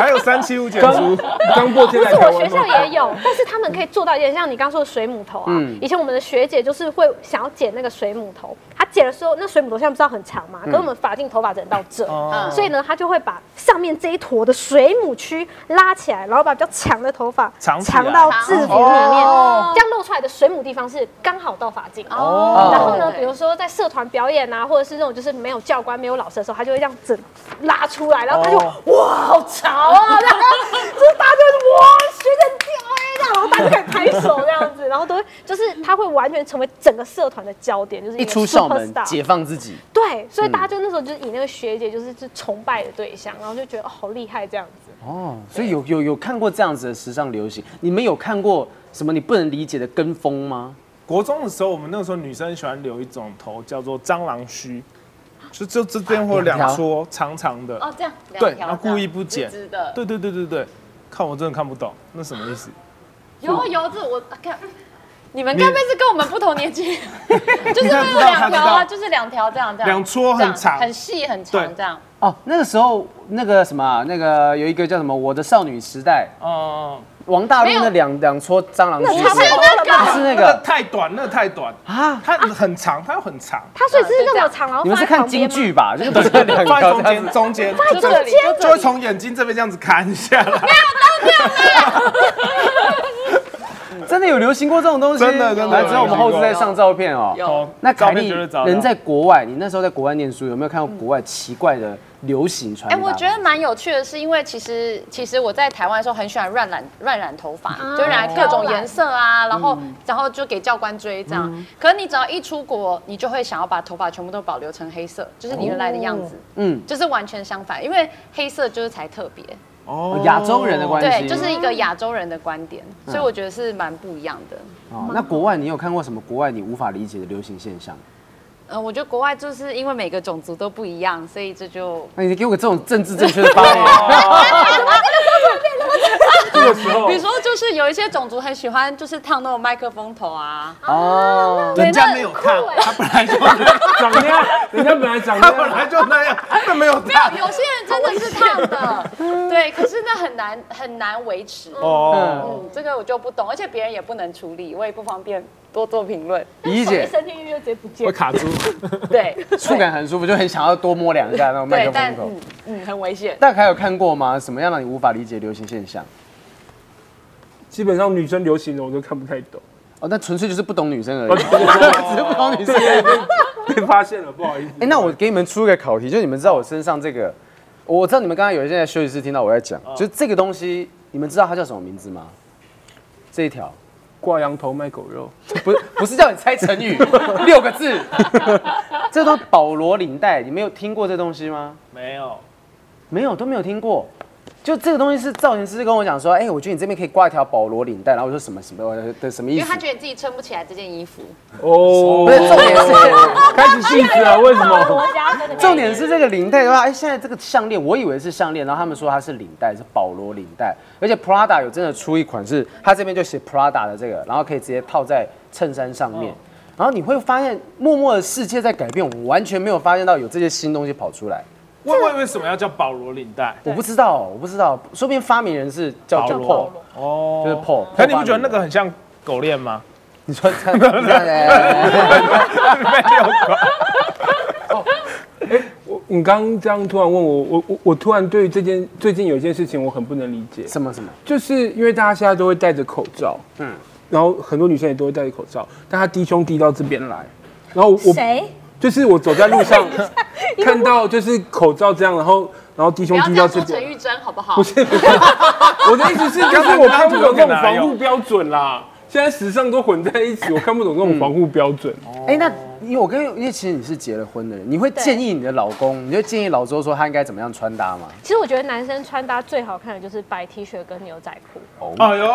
[SPEAKER 3] 还有三七五减租，
[SPEAKER 4] <laughs> 刚破天来
[SPEAKER 5] 是
[SPEAKER 4] 台
[SPEAKER 5] 我学
[SPEAKER 4] 湾
[SPEAKER 5] 校
[SPEAKER 4] 吗？
[SPEAKER 5] 也有，但是他们可以做到一点像你刚说的水母头啊。以前我们的学姐就是会想要剪那个水母头，她剪的时候，那水母头像不是要很长嘛，可是我们发髻头发只能到这，
[SPEAKER 2] 哦
[SPEAKER 5] 所以呢，她就会把上面这一坨的水母区拉起来，然后把比较长的头发
[SPEAKER 3] 藏起来
[SPEAKER 5] 到制服里面，
[SPEAKER 2] 哦
[SPEAKER 5] 这样露出来的水母地方是刚好到发髻。
[SPEAKER 2] 哦
[SPEAKER 5] 然后呢，
[SPEAKER 2] 对
[SPEAKER 5] 比如说在社团表演啊，或者是那种就是没有教官、没有老师的时候，他就会这样整拉出来，然后他就、哇，好潮啊！ <laughs> 然后就是大家就是哇，学得很屌哎、这样，然后大家就开始拍手这样子，然后都会就是他会完全成为整个社团的焦点，就是
[SPEAKER 1] 一
[SPEAKER 5] 个
[SPEAKER 1] 出校门嗯
[SPEAKER 5] superstar
[SPEAKER 1] 解放自己，
[SPEAKER 5] 对，所以大家就那时候就是以那个学姐就是是崇拜的对象，然后就觉得哦好厉害这样子。
[SPEAKER 1] 哦，所以有有有看过这样子的时尚流行，你们有看过什么你不能理解的跟风吗？
[SPEAKER 3] 国中的时候，我们那个时候女生喜欢留一种头叫做蟑螂须，就就这边会有两
[SPEAKER 1] 啊两条
[SPEAKER 3] 撮长长的，
[SPEAKER 2] 哦，这样两
[SPEAKER 3] 对，
[SPEAKER 2] 条
[SPEAKER 3] 然后
[SPEAKER 2] 这样
[SPEAKER 3] 故意不剪
[SPEAKER 2] 直直的，
[SPEAKER 3] 对对对对对，看我真的看不懂，那什么意思？
[SPEAKER 2] 有有这我看，你们该不会是跟我们不同年
[SPEAKER 3] <laughs>
[SPEAKER 2] 纪？就是会有
[SPEAKER 3] 他
[SPEAKER 2] 两
[SPEAKER 3] 知
[SPEAKER 2] 条
[SPEAKER 3] 道
[SPEAKER 2] 啊，就是两条这样这样，
[SPEAKER 3] 两撮很
[SPEAKER 2] 这样
[SPEAKER 3] 长
[SPEAKER 2] 很细很长
[SPEAKER 3] 对
[SPEAKER 2] 这样。
[SPEAKER 1] 哦，那个时候那个什么啊、那个有一个叫什么《我的少女时代
[SPEAKER 3] 哦，》，
[SPEAKER 1] 王大陆
[SPEAKER 2] 没有
[SPEAKER 1] 那两两撮蟑螂须，
[SPEAKER 5] 差太多了吧？
[SPEAKER 1] 不是那
[SPEAKER 3] 那个
[SPEAKER 1] 个
[SPEAKER 3] 太短，那个太短，
[SPEAKER 1] 啊。
[SPEAKER 3] 它很长，它很
[SPEAKER 1] <laughs>
[SPEAKER 3] 长，
[SPEAKER 5] 他所以是那么长，然后
[SPEAKER 1] 你们
[SPEAKER 5] 放
[SPEAKER 1] 是
[SPEAKER 5] 在
[SPEAKER 1] 看
[SPEAKER 5] 旁
[SPEAKER 1] 京
[SPEAKER 5] 边吗
[SPEAKER 1] 剧 <laughs> 吧？就是不是两
[SPEAKER 3] 放在
[SPEAKER 1] 条
[SPEAKER 3] 中
[SPEAKER 1] 这样子
[SPEAKER 3] 间，中间，就
[SPEAKER 2] 中间
[SPEAKER 3] 就就会从眼睛这边这样子砍下来，
[SPEAKER 1] 真的有流行过这种东西？
[SPEAKER 3] 真的真的
[SPEAKER 1] 来，之后我们后置再上照片哦。
[SPEAKER 2] 有
[SPEAKER 1] 那
[SPEAKER 3] 照
[SPEAKER 1] 凯
[SPEAKER 3] 片
[SPEAKER 1] 莉
[SPEAKER 3] 绝对
[SPEAKER 2] 啊
[SPEAKER 3] 找得到
[SPEAKER 1] 人在国外，你那时候在国外念书，有没有看过国外奇怪的流行穿
[SPEAKER 2] 哎、
[SPEAKER 1] 搭？
[SPEAKER 2] 我觉得蛮有趣的，是因为其实其实我在台湾的时候很喜欢乱染乱染头发，就染各种颜色啊，
[SPEAKER 3] 哦
[SPEAKER 2] 然后、
[SPEAKER 3] 嗯
[SPEAKER 2] 然后就给教官追这样。可是你只要一出国，你就会想要把头发全部都保留成黑色，就是你原来的样子，
[SPEAKER 3] 哦
[SPEAKER 1] 嗯，
[SPEAKER 2] 就是完全相反，因为黑色就是才特别，
[SPEAKER 3] 哦
[SPEAKER 1] 亚洲人的关系
[SPEAKER 2] 对，就是一个亚洲人的观点，所以我觉得是蛮不一样的。
[SPEAKER 1] 哦，那国外你有看过什么国外你无法理解的流行现象？
[SPEAKER 2] 嗯，我觉得国外就是因为每个种族都不一样，所以这就
[SPEAKER 1] 那你给我这种政治正确的发言，
[SPEAKER 4] 这个时候
[SPEAKER 2] 比如说就是有一些种族很喜欢就是烫那种麦克风头啊，
[SPEAKER 1] 哦，
[SPEAKER 3] 人家没有看，他本来就他
[SPEAKER 4] 长那样，人家本来长那
[SPEAKER 3] 本
[SPEAKER 4] 样，
[SPEAKER 3] 来就那样，他没有看。
[SPEAKER 2] 有些人真的是烫的，对，可是那很难很难维持。
[SPEAKER 3] 哦，
[SPEAKER 2] 嗯，这个我就不懂，而且别人也不能处理，我也不方便多做评 <laughs> 论。
[SPEAKER 1] 理
[SPEAKER 5] 手一
[SPEAKER 1] 解，
[SPEAKER 5] 伸进去就直接不见
[SPEAKER 3] 会
[SPEAKER 5] 了。
[SPEAKER 3] 卡住，
[SPEAKER 2] 对，
[SPEAKER 1] 触感很舒服，就很想要多摸两下那种麦
[SPEAKER 2] 对
[SPEAKER 1] 克，风
[SPEAKER 2] 但
[SPEAKER 1] 口
[SPEAKER 2] 嗯。嗯很危险。
[SPEAKER 1] 大家有看过吗？什么样让你无法理解的流行现象？
[SPEAKER 4] 基本上女生流行的我都看不太懂。 <laughs>
[SPEAKER 1] 哦，那纯粹就是不懂女生而
[SPEAKER 4] 哦
[SPEAKER 1] 已， <laughs> 只是不懂女生。
[SPEAKER 4] 对对对，被发现了，不好意思。
[SPEAKER 1] 哎、那我给你们出一个考题，就你们知道我身上这个，我知道你们刚刚有一些在休息室听到我在讲，
[SPEAKER 3] 啊
[SPEAKER 1] 就这个东西，你们知道它叫什么名字吗？这一条
[SPEAKER 4] 挂羊头卖狗肉，
[SPEAKER 1] 不是不是叫你猜成语， <laughs> 六个字。 <laughs> 这双保罗领带，你们有听过这东西吗？
[SPEAKER 3] 没有，
[SPEAKER 1] 没有，都没有听过。就这个东西是造型师跟我讲说，哎、我觉得你这边可以挂一条保罗领带，然后我说什么什么的的什么意
[SPEAKER 2] 因为
[SPEAKER 1] 思
[SPEAKER 2] 他？觉得自己撑不起来这件衣服，
[SPEAKER 4] 哦
[SPEAKER 1] 不是重点是，
[SPEAKER 4] 开始信子了，啊为什么？
[SPEAKER 5] 国家真的
[SPEAKER 1] 重点是这个领带的话，哎、现在这个项链我以为是项链，然后他们说它是领带，是保罗领带，而且 Prada 有真的出一款是，它这边就写 Prada 的这个，然后可以直接套在衬衫上面。然后你会发现，默默的世界在改变，我完全没有发现到有这些新东西跑出来。
[SPEAKER 3] 为为为什么要叫保罗领带？
[SPEAKER 1] 我不知道，我不知道，说不定发明人是叫
[SPEAKER 3] 保
[SPEAKER 1] 叫
[SPEAKER 3] 罗
[SPEAKER 1] Paul，
[SPEAKER 3] 哦，
[SPEAKER 1] 就是 Paul。
[SPEAKER 3] 可你不觉得那个很像狗链吗？
[SPEAKER 1] 你说 <laughs> 这样这样
[SPEAKER 3] 没有狗，
[SPEAKER 4] 我你刚刚这样突然问我，我我我突然对这件最近有一件事情我很不能理解，
[SPEAKER 1] 什么什么？
[SPEAKER 4] 就是因为大家现在都会戴着口罩，嗯，然后很多女生也都会戴着口罩，但她低胸低到这边来，然后我
[SPEAKER 5] 谁？
[SPEAKER 4] 就是我走在路
[SPEAKER 2] <laughs>
[SPEAKER 4] 上看到就是口罩这样，然后然后低
[SPEAKER 2] 不
[SPEAKER 4] 胸
[SPEAKER 2] 要这
[SPEAKER 4] 低
[SPEAKER 2] 样说陈
[SPEAKER 4] 到这边，
[SPEAKER 2] 玉珍好不好？
[SPEAKER 4] 不是， <laughs> 不是我的意思是就是我看不懂这种防护标准啦。现在时尚都混在一起，我看不懂这种防护标准。
[SPEAKER 1] 哎、那因为我跟因为其实你是结了婚的人，你会建议你的老公，你就建议老周说他应该怎么样穿搭吗？
[SPEAKER 5] 其实我觉得男生穿搭最好看的就是白 T 恤跟牛仔裤，
[SPEAKER 3] 哎呦，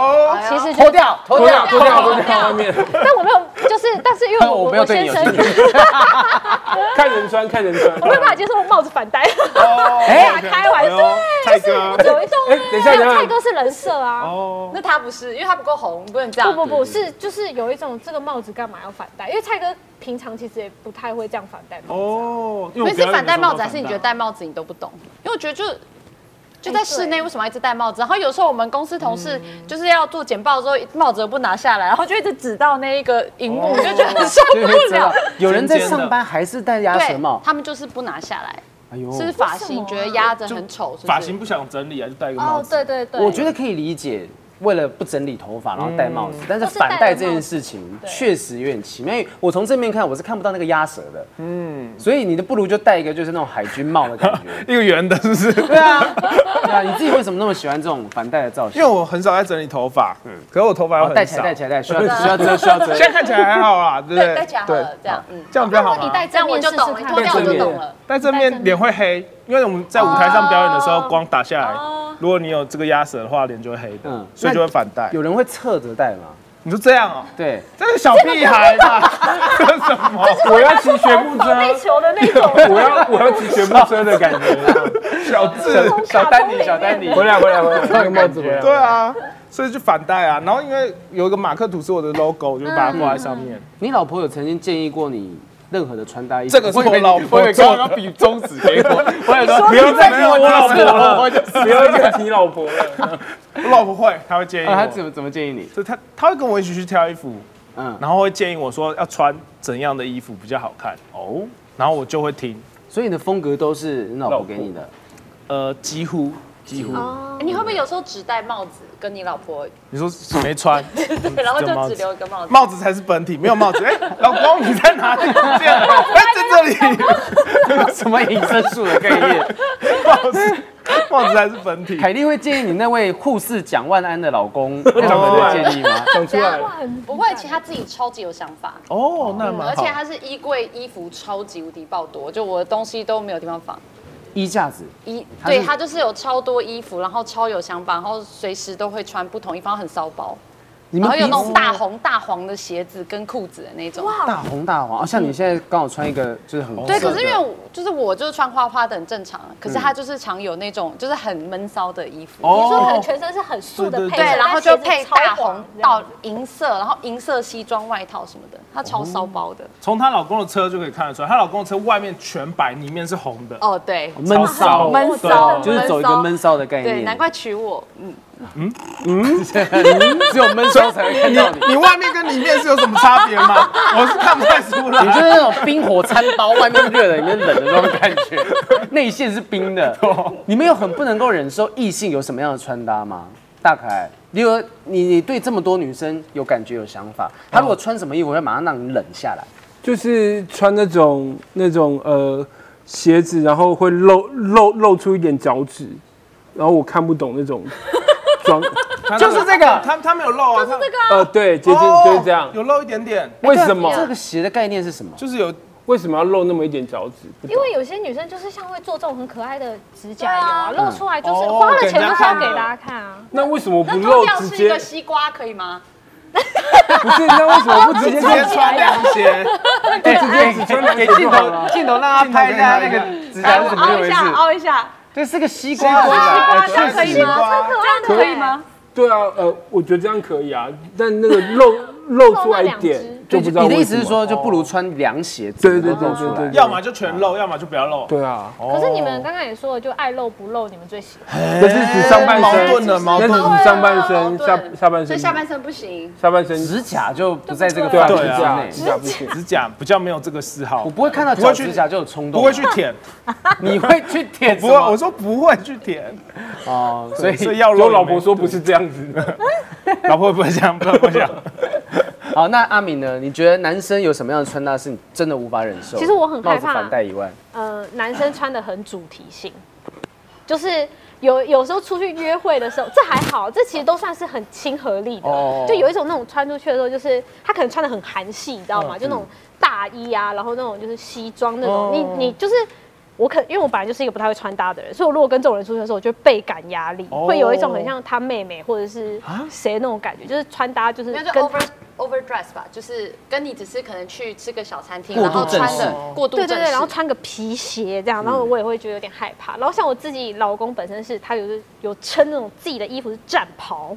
[SPEAKER 5] 其实就
[SPEAKER 1] 脱
[SPEAKER 5] 是。
[SPEAKER 1] 掉，脱
[SPEAKER 4] 脱
[SPEAKER 1] 掉
[SPEAKER 4] 掉，，脱掉，脱掉，外 <laughs> 面
[SPEAKER 5] 但我没有，就是但是因为我
[SPEAKER 1] <laughs> 我没有对
[SPEAKER 5] 先
[SPEAKER 1] 你有
[SPEAKER 5] 生
[SPEAKER 1] 兴，趣。
[SPEAKER 4] 看人穿，看人穿。
[SPEAKER 5] 我没有办法接受帽子反戴，
[SPEAKER 1] 哎、
[SPEAKER 5] 打啊开玩
[SPEAKER 3] 哦哎
[SPEAKER 5] 笑
[SPEAKER 3] 呦，，蔡哥，
[SPEAKER 5] 有一种
[SPEAKER 4] 哎，等一下，
[SPEAKER 5] 没
[SPEAKER 4] 等
[SPEAKER 5] 有
[SPEAKER 4] 一
[SPEAKER 5] 蔡
[SPEAKER 4] 下，
[SPEAKER 5] 哥是人设啊。
[SPEAKER 3] 哦，
[SPEAKER 2] 那他不是，因为他不够红，不能这
[SPEAKER 5] 不
[SPEAKER 2] 样。
[SPEAKER 5] 不不是，就是有一种这个帽子干嘛要反戴？因为蔡哥平常其实也不太会这样反戴帽子。
[SPEAKER 3] 哦，因
[SPEAKER 2] 所
[SPEAKER 3] 为
[SPEAKER 2] 以是
[SPEAKER 3] 我表演的时候
[SPEAKER 2] 反戴帽子，
[SPEAKER 3] 都
[SPEAKER 2] 还是你觉得
[SPEAKER 3] 戴？
[SPEAKER 2] 戴帽子你都不懂？因为我觉得就就在室内，为什么要一直戴帽子？然后有时候我们公司同事就是要做简报的时候，帽子又不拿下来，然后就一直指到那一个荧幕，我就觉得很受
[SPEAKER 1] 就
[SPEAKER 2] 不
[SPEAKER 1] 是这样
[SPEAKER 2] 了。
[SPEAKER 1] 有啊人在上班还是戴鸭舌
[SPEAKER 2] 对
[SPEAKER 1] 帽，？
[SPEAKER 2] 他们就是不拿下来，
[SPEAKER 1] 哎呦
[SPEAKER 2] 是不是发型觉得压着很丑，是不
[SPEAKER 3] 发
[SPEAKER 2] 是
[SPEAKER 3] 型？不想整理啊，就戴一个帽
[SPEAKER 5] 哦，
[SPEAKER 3] 子。
[SPEAKER 5] 对对对，
[SPEAKER 1] 我觉得可以理解，为了不整理头发，然后戴帽子，但是
[SPEAKER 5] 或是
[SPEAKER 1] 反戴
[SPEAKER 5] 戴了帽子
[SPEAKER 1] 这件事情确实有点奇妙。因为我从正面看，我是看不到那个鸭舌的，嗯，所以你的不如就戴一个就是那种海军帽的感觉。
[SPEAKER 3] <laughs> 一个圆的，是不是？
[SPEAKER 1] 对啊，对啊，你自己为什么那么喜欢这种反戴的造型？
[SPEAKER 3] 因为我很少在整理头发，可是我头发又
[SPEAKER 1] 哦
[SPEAKER 3] 很
[SPEAKER 1] 戴起来，
[SPEAKER 3] 少
[SPEAKER 1] 戴起来，戴起来，需要需要遮，需要遮
[SPEAKER 3] 现。 <laughs> 在看起来还好啦，对不对？
[SPEAKER 2] 对，戴起来好了，这样，嗯，
[SPEAKER 3] 这样比较好啊
[SPEAKER 5] 你
[SPEAKER 3] 吗？
[SPEAKER 5] 戴
[SPEAKER 2] 这样我就懂了，
[SPEAKER 5] 你
[SPEAKER 2] 你脱掉我就懂了。
[SPEAKER 3] 戴正面脸会黑，因为我们在舞台上表演的时候，光打下
[SPEAKER 2] 哦
[SPEAKER 3] 来，如果你有这个压舌的话，脸就会黑的
[SPEAKER 1] 嗯，
[SPEAKER 3] 所以就会反戴。
[SPEAKER 1] 有人会侧着戴吗？
[SPEAKER 3] 你就这样哦，
[SPEAKER 1] 对，
[SPEAKER 3] 这是小屁孩
[SPEAKER 2] <laughs>
[SPEAKER 3] 吧？这是什么？
[SPEAKER 4] 我要骑旋木
[SPEAKER 5] 走地
[SPEAKER 4] 车，啊
[SPEAKER 5] 球的那种，
[SPEAKER 4] 我要我要骑旋木车的感觉。啊
[SPEAKER 3] 小智，
[SPEAKER 1] 小丹尼，小丹尼，
[SPEAKER 4] 回来，回来，回来，那个帽子回来。
[SPEAKER 3] 对啊，所以就反戴啊。然后因为有一个马克吐是我的 logo，我就把它挂在上面。
[SPEAKER 1] 你老婆有曾经建议过你任何的穿搭衣服？
[SPEAKER 3] 这个是我老
[SPEAKER 1] 我
[SPEAKER 3] 婆
[SPEAKER 1] 以为你我以为刚刚比中指给我，我也说
[SPEAKER 4] 不要再提我老婆了，
[SPEAKER 1] 我就
[SPEAKER 4] 不要再提老婆了。
[SPEAKER 3] <laughs> 我老婆会，她会建议
[SPEAKER 1] 啊，她怎
[SPEAKER 3] 我，
[SPEAKER 1] 么怎么建议你？
[SPEAKER 3] 就她她会跟我一起去挑衣服，
[SPEAKER 1] 嗯，
[SPEAKER 3] 然后会建议我说要穿怎样的衣服比较好看，
[SPEAKER 1] 哦，
[SPEAKER 3] 然后我就会听。
[SPEAKER 1] 所以你的风格都是你老婆给你的，
[SPEAKER 3] 呃，几乎几乎，
[SPEAKER 2] 哎你会不会有时候只戴帽子跟你老婆，
[SPEAKER 3] 你说没穿，
[SPEAKER 2] 然后就
[SPEAKER 3] 这帽
[SPEAKER 2] 只
[SPEAKER 3] 子
[SPEAKER 2] 留一个帽子？
[SPEAKER 3] 帽子才是本体，没有帽子。哎、老公你在
[SPEAKER 2] <laughs>
[SPEAKER 3] 哪里？这样，哎、在这
[SPEAKER 1] <laughs>
[SPEAKER 3] 里，
[SPEAKER 1] 什么隐身术的概念？
[SPEAKER 3] 帽子，帽子才是本体。
[SPEAKER 1] 凯莉会建议你那位护士蒋万安的老公任何的建议吗？
[SPEAKER 4] 讲出来，
[SPEAKER 2] 不会，其实他自己超级有想法，
[SPEAKER 3] 哦，那蛮
[SPEAKER 2] 而
[SPEAKER 3] 好
[SPEAKER 2] 且。他是衣柜衣服超级无敌爆多，就我的东西都没有地方放。
[SPEAKER 1] 衣架子，
[SPEAKER 2] 衣
[SPEAKER 1] 他是
[SPEAKER 2] 对他就是有超多衣服，然后超有想法，然后随时都会穿不同衣服，然后很骚包，
[SPEAKER 1] 你
[SPEAKER 2] 然
[SPEAKER 1] 们
[SPEAKER 2] 后哦有
[SPEAKER 1] 彼
[SPEAKER 2] 那种
[SPEAKER 1] 此
[SPEAKER 2] 大红大黄的鞋子跟裤子的那种。
[SPEAKER 1] 大红大黄，哦像你现在刚好穿一个就是很红
[SPEAKER 2] 对，
[SPEAKER 1] 色
[SPEAKER 2] 可
[SPEAKER 1] 的
[SPEAKER 2] 是因为我就是我就是穿花花的很正常，啊可是他就是常有那种就是很闷骚的衣服，
[SPEAKER 5] 你说可能
[SPEAKER 3] 哦，
[SPEAKER 5] 全身是很素的
[SPEAKER 3] 对对
[SPEAKER 5] 配色，
[SPEAKER 2] 对，然后就配大红
[SPEAKER 5] 到
[SPEAKER 2] 到银色，然后银色西装外套什么的，他超骚包的。
[SPEAKER 3] 从她老公的车就可以看得出来，她老公的车外面全白，里面是红的。
[SPEAKER 2] 哦，对，
[SPEAKER 1] 闷骚，
[SPEAKER 2] 闷骚，
[SPEAKER 1] 就是走一个闷骚的概念。
[SPEAKER 2] 对，难怪娶我，嗯，
[SPEAKER 1] 嗯 <laughs> 只有闷骚才会看到你。
[SPEAKER 3] 你外面跟里面是有什么差别
[SPEAKER 1] <laughs>
[SPEAKER 3] 吗？我是看不太出
[SPEAKER 1] 你就是
[SPEAKER 3] 来。
[SPEAKER 1] 那种冰火餐包，外面热的，里面冷的那种感觉，
[SPEAKER 4] <laughs>
[SPEAKER 1] 内馅是冰的。
[SPEAKER 4] 哦
[SPEAKER 1] 你们有很不能够忍受异性有什么样的穿搭吗？大可例如你你对这么多女生有感觉有想法，她如果穿什么衣服会马上让你冷下来，
[SPEAKER 4] 就是穿那种那种呃鞋子，然后会露露露出一点脚趾，然后我看不懂那种 <laughs> 装，哦
[SPEAKER 1] 就是这个
[SPEAKER 3] 他他没有露啊，就是这个，
[SPEAKER 4] 呃，对，接近就是这样。
[SPEAKER 3] 有露一点点，
[SPEAKER 4] 为什么
[SPEAKER 1] 这个鞋的概念是什么？
[SPEAKER 3] 就是有
[SPEAKER 4] 为什么要露那么一点脚趾？不懂
[SPEAKER 5] 因为有些女生就是像会做这种很可爱的指甲油啊，
[SPEAKER 2] 对
[SPEAKER 5] 露出来就是
[SPEAKER 3] 哦
[SPEAKER 5] 花了钱就
[SPEAKER 3] 给
[SPEAKER 5] 是要给
[SPEAKER 3] 人家看的
[SPEAKER 5] 大家看啊。
[SPEAKER 4] 那为什么不
[SPEAKER 2] 那
[SPEAKER 4] 露
[SPEAKER 2] 脱掉
[SPEAKER 4] 直
[SPEAKER 2] 是一
[SPEAKER 4] 接
[SPEAKER 2] 个？西瓜可以吗？
[SPEAKER 4] 不是，那为什么不直接
[SPEAKER 3] 直
[SPEAKER 4] 就
[SPEAKER 3] 接穿凉鞋，
[SPEAKER 1] 哎，直接给镜头哦镜头让他拍一下那个指甲是怎么一回事？
[SPEAKER 2] 哎
[SPEAKER 3] 哦
[SPEAKER 2] 凹一下，
[SPEAKER 1] 这是个西瓜，
[SPEAKER 2] 瓜这样可以吗
[SPEAKER 3] 吗？
[SPEAKER 5] 这样可以吗？
[SPEAKER 4] 对啊，呃，我觉得这样可以啊，但那个露露出来一
[SPEAKER 5] 露那两
[SPEAKER 4] 点
[SPEAKER 5] 只，
[SPEAKER 4] 就不知道
[SPEAKER 1] 你的意
[SPEAKER 4] 为
[SPEAKER 1] 思
[SPEAKER 4] 什么哦
[SPEAKER 1] 是说，就不如穿凉鞋子，
[SPEAKER 4] 对对对
[SPEAKER 1] 然后露出来
[SPEAKER 4] 对对对
[SPEAKER 3] 要么就全
[SPEAKER 1] 啊
[SPEAKER 3] 露，要么就不要露。
[SPEAKER 4] 对啊，
[SPEAKER 5] 可是你们刚刚也说了，就爱露不露，你们最喜欢。
[SPEAKER 4] 那是指上半
[SPEAKER 3] 矛
[SPEAKER 4] 身，
[SPEAKER 3] 盾了，矛
[SPEAKER 4] 那是
[SPEAKER 3] 盾了。
[SPEAKER 4] 指上半
[SPEAKER 2] 对
[SPEAKER 4] 身，下下半
[SPEAKER 2] 所
[SPEAKER 4] 身，
[SPEAKER 2] 以下半身不行。
[SPEAKER 4] 下半身，
[SPEAKER 1] 指甲就不在这个
[SPEAKER 4] 对啊，
[SPEAKER 1] 范围之
[SPEAKER 3] 对
[SPEAKER 4] 指甲，
[SPEAKER 1] 内。
[SPEAKER 4] 指甲不行，
[SPEAKER 3] 指甲比较没有这个嗜好
[SPEAKER 1] 我，不会看到
[SPEAKER 3] 不会
[SPEAKER 1] 脚
[SPEAKER 3] 去
[SPEAKER 1] 指甲就有冲动，
[SPEAKER 3] 不会去，舔，
[SPEAKER 1] <laughs> 你会去舔什
[SPEAKER 3] 不
[SPEAKER 1] 么？
[SPEAKER 3] 会，我说不会去舔，
[SPEAKER 1] 哦，所以
[SPEAKER 3] 所以要
[SPEAKER 4] 就
[SPEAKER 3] 露。
[SPEAKER 4] 老婆说不是这样子，
[SPEAKER 3] 对， <laughs> 老婆会不会这样，不会不会这样。
[SPEAKER 1] 好，那阿敏呢？你觉得男生有什么样的穿搭是你真的无法忍受的？
[SPEAKER 5] 其实我很害怕
[SPEAKER 1] 帽子反戴以外，
[SPEAKER 5] 呃，男生穿的很主题性，就是有有时候出去约会的时候，这还好，这其实都算是很亲和力的。
[SPEAKER 1] 哦
[SPEAKER 5] 就有一种那种穿出去的时候，就是他可能穿的很韩系，你知道
[SPEAKER 1] 嗯
[SPEAKER 5] 吗？就那种大衣啊，然后那种就是西装那种，
[SPEAKER 1] 哦
[SPEAKER 5] 你你就是。我可因为我本来就是一个不太会穿搭的人，所以我如果跟这种人出去的时候，我就会倍感压力，
[SPEAKER 3] 哦
[SPEAKER 5] 会有一种很像他妹妹或者是
[SPEAKER 1] 啊
[SPEAKER 5] 谁那种感觉，就是穿搭就是
[SPEAKER 2] 那就
[SPEAKER 5] 跟
[SPEAKER 2] over overdress 吧，就是跟你只是可能去吃个小餐厅，
[SPEAKER 1] 过
[SPEAKER 2] 然
[SPEAKER 1] 度
[SPEAKER 2] 后穿
[SPEAKER 1] 正
[SPEAKER 2] 的过度
[SPEAKER 5] 对
[SPEAKER 2] 正嗯
[SPEAKER 5] 对对，然后
[SPEAKER 2] 式
[SPEAKER 5] 穿个皮鞋这样，然后我也会觉得有点害怕。然后像我自己老公本身是他有有称那种自己的衣服是战袍，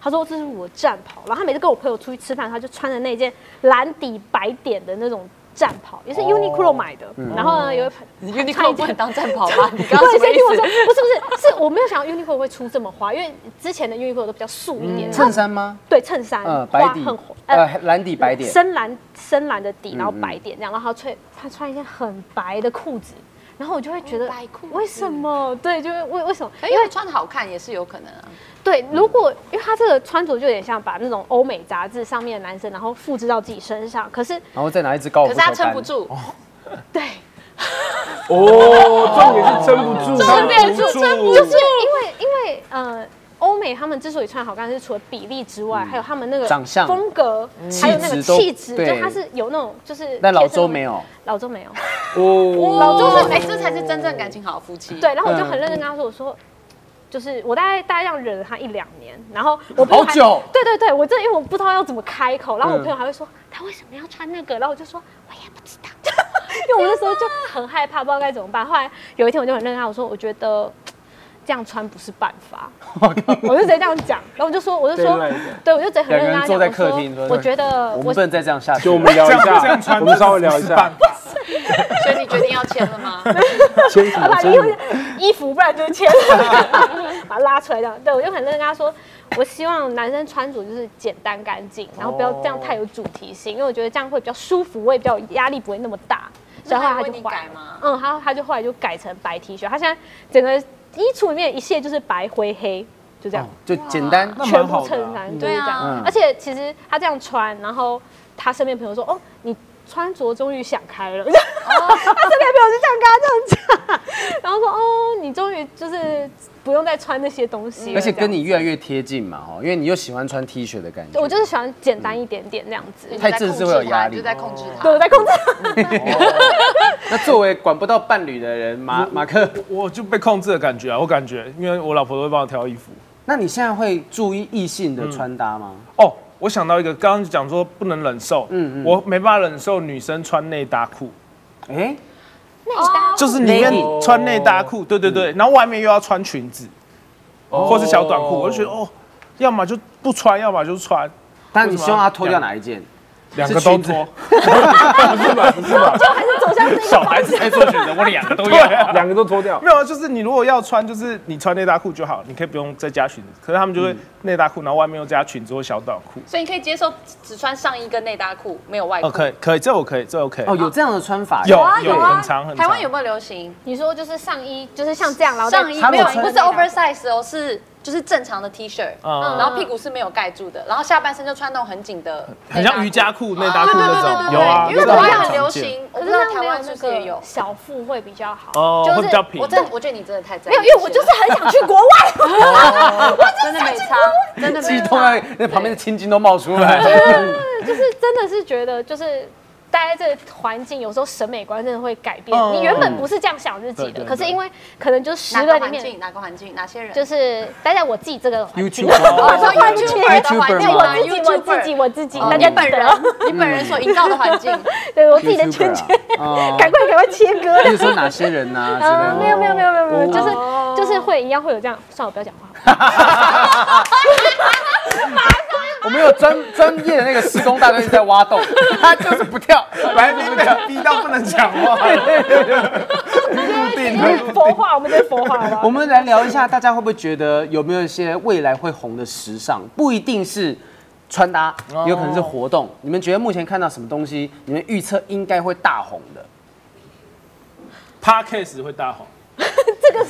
[SPEAKER 5] 他说这是我战袍。然后他每次跟我朋友出去吃饭，他就穿着那件蓝底白点的那种战袍，
[SPEAKER 2] 哦
[SPEAKER 5] 也是 Uniqlo 买的。然后呢，有一盆
[SPEAKER 2] 你 Uniqlo 不能嗯当战袍吧？你刚刚什
[SPEAKER 5] 对，
[SPEAKER 2] 么
[SPEAKER 5] 先
[SPEAKER 2] 意
[SPEAKER 5] 听我说，
[SPEAKER 2] 思？
[SPEAKER 5] 不是不是，是我没有想到 Uniqlo 会出这么花，因为之前的 Uniqlo 都比较素一
[SPEAKER 2] 嗯
[SPEAKER 5] 点，
[SPEAKER 1] 衬衫吗？
[SPEAKER 5] 对衬衫，
[SPEAKER 1] 呃，
[SPEAKER 5] 花
[SPEAKER 1] 白底
[SPEAKER 5] 嗯很红，呃
[SPEAKER 1] 呃，蓝底白点。
[SPEAKER 5] 深蓝深蓝的底，然后嗯白点这样，然后他穿他穿一件很白的裤子，然后我就会觉得
[SPEAKER 2] 很白裤子哎
[SPEAKER 5] 为什么？对，就是为为什么？
[SPEAKER 2] <laughs> 因为穿的好看也是有可能啊。
[SPEAKER 5] 对，如果因为他这个穿着就有点像把那种欧美杂志上面的男生，然后复制到自己身上，可是
[SPEAKER 1] 然后再拿一支高尔
[SPEAKER 2] 可
[SPEAKER 1] 夫
[SPEAKER 2] 是
[SPEAKER 1] 球杆。
[SPEAKER 2] 他撑不住， <laughs>
[SPEAKER 5] 对，
[SPEAKER 4] 哦，重点是撑不住，啊
[SPEAKER 5] 重点是
[SPEAKER 3] 撑不住
[SPEAKER 5] 就是因为因为呃。欧美他们之所以穿好看，是除了比例之外，还有他们那个
[SPEAKER 1] 长相
[SPEAKER 5] 风格，还有那个
[SPEAKER 1] 气质都
[SPEAKER 5] 嗯气质，就
[SPEAKER 1] 对
[SPEAKER 5] 他是有那种就是。
[SPEAKER 1] 但老周没，有。
[SPEAKER 5] 老周没有。
[SPEAKER 4] 哦，
[SPEAKER 2] 老周说：“哎，这才是真正感情好的夫妻。”，
[SPEAKER 5] 对，然后我就
[SPEAKER 1] 嗯
[SPEAKER 5] 很认真跟他说，我说。就是我大概大概这样忍了他一两年，然后我朋友还
[SPEAKER 1] 好久嗯
[SPEAKER 5] 对对对，我真的因为我不知道要怎么开口，然后我朋友还会说、他为什么要穿那个，然后我就说我也不知道， <laughs> 因为我那时候就很害怕，不知道该怎么办。后来有一天我就很认真跟他我说，我觉得这样穿不是办
[SPEAKER 1] <laughs>
[SPEAKER 5] 法，我就直接这样讲，然后我就说我就说
[SPEAKER 4] 对对
[SPEAKER 5] 对，我就直接很认真
[SPEAKER 1] 两
[SPEAKER 5] 跟
[SPEAKER 1] 个人
[SPEAKER 5] 他
[SPEAKER 1] 坐在
[SPEAKER 5] 讲，我
[SPEAKER 1] 客厅
[SPEAKER 5] 说
[SPEAKER 1] 说
[SPEAKER 5] 我觉得
[SPEAKER 1] 我们
[SPEAKER 5] 我
[SPEAKER 1] 不能再这样下去了。
[SPEAKER 4] 就我们聊
[SPEAKER 3] 这
[SPEAKER 4] 一
[SPEAKER 3] 样这样
[SPEAKER 4] 下，
[SPEAKER 3] 穿，
[SPEAKER 4] 我们稍微聊一下，
[SPEAKER 2] 所以你决定要签了 <laughs> 吗？
[SPEAKER 4] 牵什
[SPEAKER 5] 他
[SPEAKER 4] 么
[SPEAKER 5] 把
[SPEAKER 4] 牵
[SPEAKER 5] 衣
[SPEAKER 4] 什
[SPEAKER 5] 服
[SPEAKER 4] 么？
[SPEAKER 5] 衣服，不然就是牵，把它拉出来这样。对，我就很认真跟他说，我希望男生穿着就是简单干净，然后不要这样太有主题性，因为我觉得这样会比较舒服，我也比较压力不会那么大。所以后来他就
[SPEAKER 2] 那他有为
[SPEAKER 5] 换
[SPEAKER 2] 你改吗
[SPEAKER 5] 嗯，他他就后来就改成白 T 恤，他现在整个衣橱里面一切就是白灰黑，就
[SPEAKER 2] 哦
[SPEAKER 5] 这样。
[SPEAKER 1] 就简单。
[SPEAKER 3] 那
[SPEAKER 5] 全
[SPEAKER 3] 蛮
[SPEAKER 5] 部
[SPEAKER 3] 好
[SPEAKER 5] 衬
[SPEAKER 3] 的啊。
[SPEAKER 5] 衫，
[SPEAKER 2] 对
[SPEAKER 5] 对
[SPEAKER 2] 啊
[SPEAKER 5] 啊，这样
[SPEAKER 1] 嗯
[SPEAKER 5] 而且其实他这样穿，然后他身边朋友说：“哦，你穿着终于想开了。 <laughs> 他身边朋友就这样跟他这样讲，然后说：“哦，你终于就是不用再穿那些东西
[SPEAKER 3] 嗯
[SPEAKER 5] 了。”
[SPEAKER 1] 而且跟
[SPEAKER 5] 这样。
[SPEAKER 1] 你越来越贴近嘛，哦，因为你又喜欢穿 T 恤的感觉。
[SPEAKER 5] 我就是喜欢简单一点点那样子，
[SPEAKER 3] 嗯
[SPEAKER 2] 你
[SPEAKER 1] 太
[SPEAKER 2] 在
[SPEAKER 1] 正
[SPEAKER 2] 控
[SPEAKER 1] 式会
[SPEAKER 2] 制
[SPEAKER 1] 有压
[SPEAKER 2] 他
[SPEAKER 1] 力
[SPEAKER 2] 就在控制他。
[SPEAKER 5] 对我在控制。
[SPEAKER 1] 那作为管不到伴侣的人，马马克，
[SPEAKER 3] 我就被控制的感觉啊，我感觉，因为我老婆都会帮我挑衣服。
[SPEAKER 1] 那你现在会注意异性的穿搭吗？
[SPEAKER 3] 哦，我想到一个，刚刚讲说不能忍受，嗯嗯，我没办法忍受女生穿内搭裤，嗯
[SPEAKER 1] 哎，
[SPEAKER 3] 就是宁愿
[SPEAKER 1] Legging
[SPEAKER 3] 穿内搭裤，嗯对对对，然后外面又要穿裙子，或是小短裤，我就觉得哦，要么就不穿，要么就穿，
[SPEAKER 1] 但你希望他脱掉哪一件？
[SPEAKER 3] 两个都
[SPEAKER 1] 是裙
[SPEAKER 3] 脱 <laughs>
[SPEAKER 1] 子，
[SPEAKER 4] 不是吧？不是吧？
[SPEAKER 5] 就还是走向这个方向。
[SPEAKER 3] 哎才做选择，我两个都
[SPEAKER 4] 对啊，两个都脱掉。
[SPEAKER 3] 没有啊，就是你如果要穿，就是你穿内搭裤就好，你可以不用再加裙子。可是他们就会内搭裤，然后外面又加裙子或小短裤。
[SPEAKER 2] 所以你可以接受只只穿上衣跟内搭裤，没有外裤。
[SPEAKER 3] 哦，可以，可以，这我可以，这 OK。
[SPEAKER 1] 哦，有这样的穿法？
[SPEAKER 3] 有
[SPEAKER 2] 啊有啊
[SPEAKER 3] 很长很长。
[SPEAKER 2] 台湾有没有流行
[SPEAKER 5] 你说就是上衣，就是像这样，然后再
[SPEAKER 2] 上衣？
[SPEAKER 1] 哦他
[SPEAKER 2] 没
[SPEAKER 1] 们
[SPEAKER 2] 有，
[SPEAKER 1] 穿
[SPEAKER 2] 不是 oversize 哦，是就是正常的 T 恤，
[SPEAKER 3] 嗯
[SPEAKER 2] 然后屁股是没有盖住的，然后下半身就穿那种很紧的，
[SPEAKER 3] 很像瑜伽。裤、内搭
[SPEAKER 2] 对
[SPEAKER 3] 裤
[SPEAKER 2] 对
[SPEAKER 3] 那
[SPEAKER 2] 对对
[SPEAKER 3] 种？
[SPEAKER 2] 对，
[SPEAKER 3] 有啊，
[SPEAKER 2] 因为
[SPEAKER 3] 那
[SPEAKER 2] 国
[SPEAKER 3] 种
[SPEAKER 2] 外
[SPEAKER 3] 很
[SPEAKER 2] 很流
[SPEAKER 3] 常见。
[SPEAKER 2] 行，我
[SPEAKER 5] 可
[SPEAKER 2] 不知
[SPEAKER 5] 是这
[SPEAKER 2] 道
[SPEAKER 5] 样
[SPEAKER 2] 台
[SPEAKER 5] 没有
[SPEAKER 2] 湾
[SPEAKER 5] 那
[SPEAKER 2] 是不是也有
[SPEAKER 5] 个。小腹会比较好。
[SPEAKER 3] 哦，
[SPEAKER 2] 就是
[SPEAKER 3] 会比较平
[SPEAKER 2] 我。真的，我觉得你真的太在意
[SPEAKER 5] 没有，因为我就是很想去国外。
[SPEAKER 2] 真的没差，真的
[SPEAKER 1] 激
[SPEAKER 2] 没
[SPEAKER 1] 动
[SPEAKER 2] 差。
[SPEAKER 1] 啊！那旁边的青筋都冒出来。
[SPEAKER 3] <laughs>
[SPEAKER 5] 就是真的是觉得，就是待在这个环境，有时候审美观真的会改变。
[SPEAKER 3] 嗯
[SPEAKER 5] 你原本不是这样想自己
[SPEAKER 3] 对
[SPEAKER 5] 的，
[SPEAKER 3] 对
[SPEAKER 5] 可是因为可能就十
[SPEAKER 2] 哪
[SPEAKER 5] 个
[SPEAKER 2] 个
[SPEAKER 5] 里
[SPEAKER 2] 环
[SPEAKER 5] 面，
[SPEAKER 2] 境？哪个环境？哪些人？
[SPEAKER 5] 就是待在我自己这个环境。
[SPEAKER 2] 哦你
[SPEAKER 1] YouTube 啊
[SPEAKER 2] 说 YouTuber 的
[SPEAKER 3] 啊
[SPEAKER 2] 环境吗
[SPEAKER 5] 我自己，我自己，
[SPEAKER 2] YouTuber
[SPEAKER 5] 我
[SPEAKER 3] 嗯
[SPEAKER 5] 自己，
[SPEAKER 1] 哦
[SPEAKER 5] 大
[SPEAKER 2] 你
[SPEAKER 5] 家
[SPEAKER 2] 本人，你本人所营造的
[SPEAKER 3] <laughs>
[SPEAKER 2] 环境，
[SPEAKER 5] 对我自己的圈圈，
[SPEAKER 1] 啊，
[SPEAKER 5] <laughs> 赶快赶快切割。
[SPEAKER 1] 比如说哪些人呐
[SPEAKER 3] 哦
[SPEAKER 5] 啊，
[SPEAKER 1] 之
[SPEAKER 5] 没
[SPEAKER 1] 类
[SPEAKER 5] 有
[SPEAKER 1] 的。
[SPEAKER 5] 没有没有没有没有，就是
[SPEAKER 2] 哦
[SPEAKER 5] 就是会一样会有这样，算了，不要讲话。
[SPEAKER 1] 我们有专专业的那个施工大队一直在挖洞，他就是不跳， <laughs>
[SPEAKER 3] 白冰被逼到不能讲 <laughs> 话。
[SPEAKER 1] 定
[SPEAKER 6] 就是佛化，我们这佛化吧。
[SPEAKER 3] <laughs>
[SPEAKER 1] 我们来聊一下，大家会不会觉得有没有一些未来会红的时尚？不一定是穿搭，也有可能是活动。你们觉得目前看到什么东西，你们预测应该会大红的？
[SPEAKER 3] Podcast 会大红，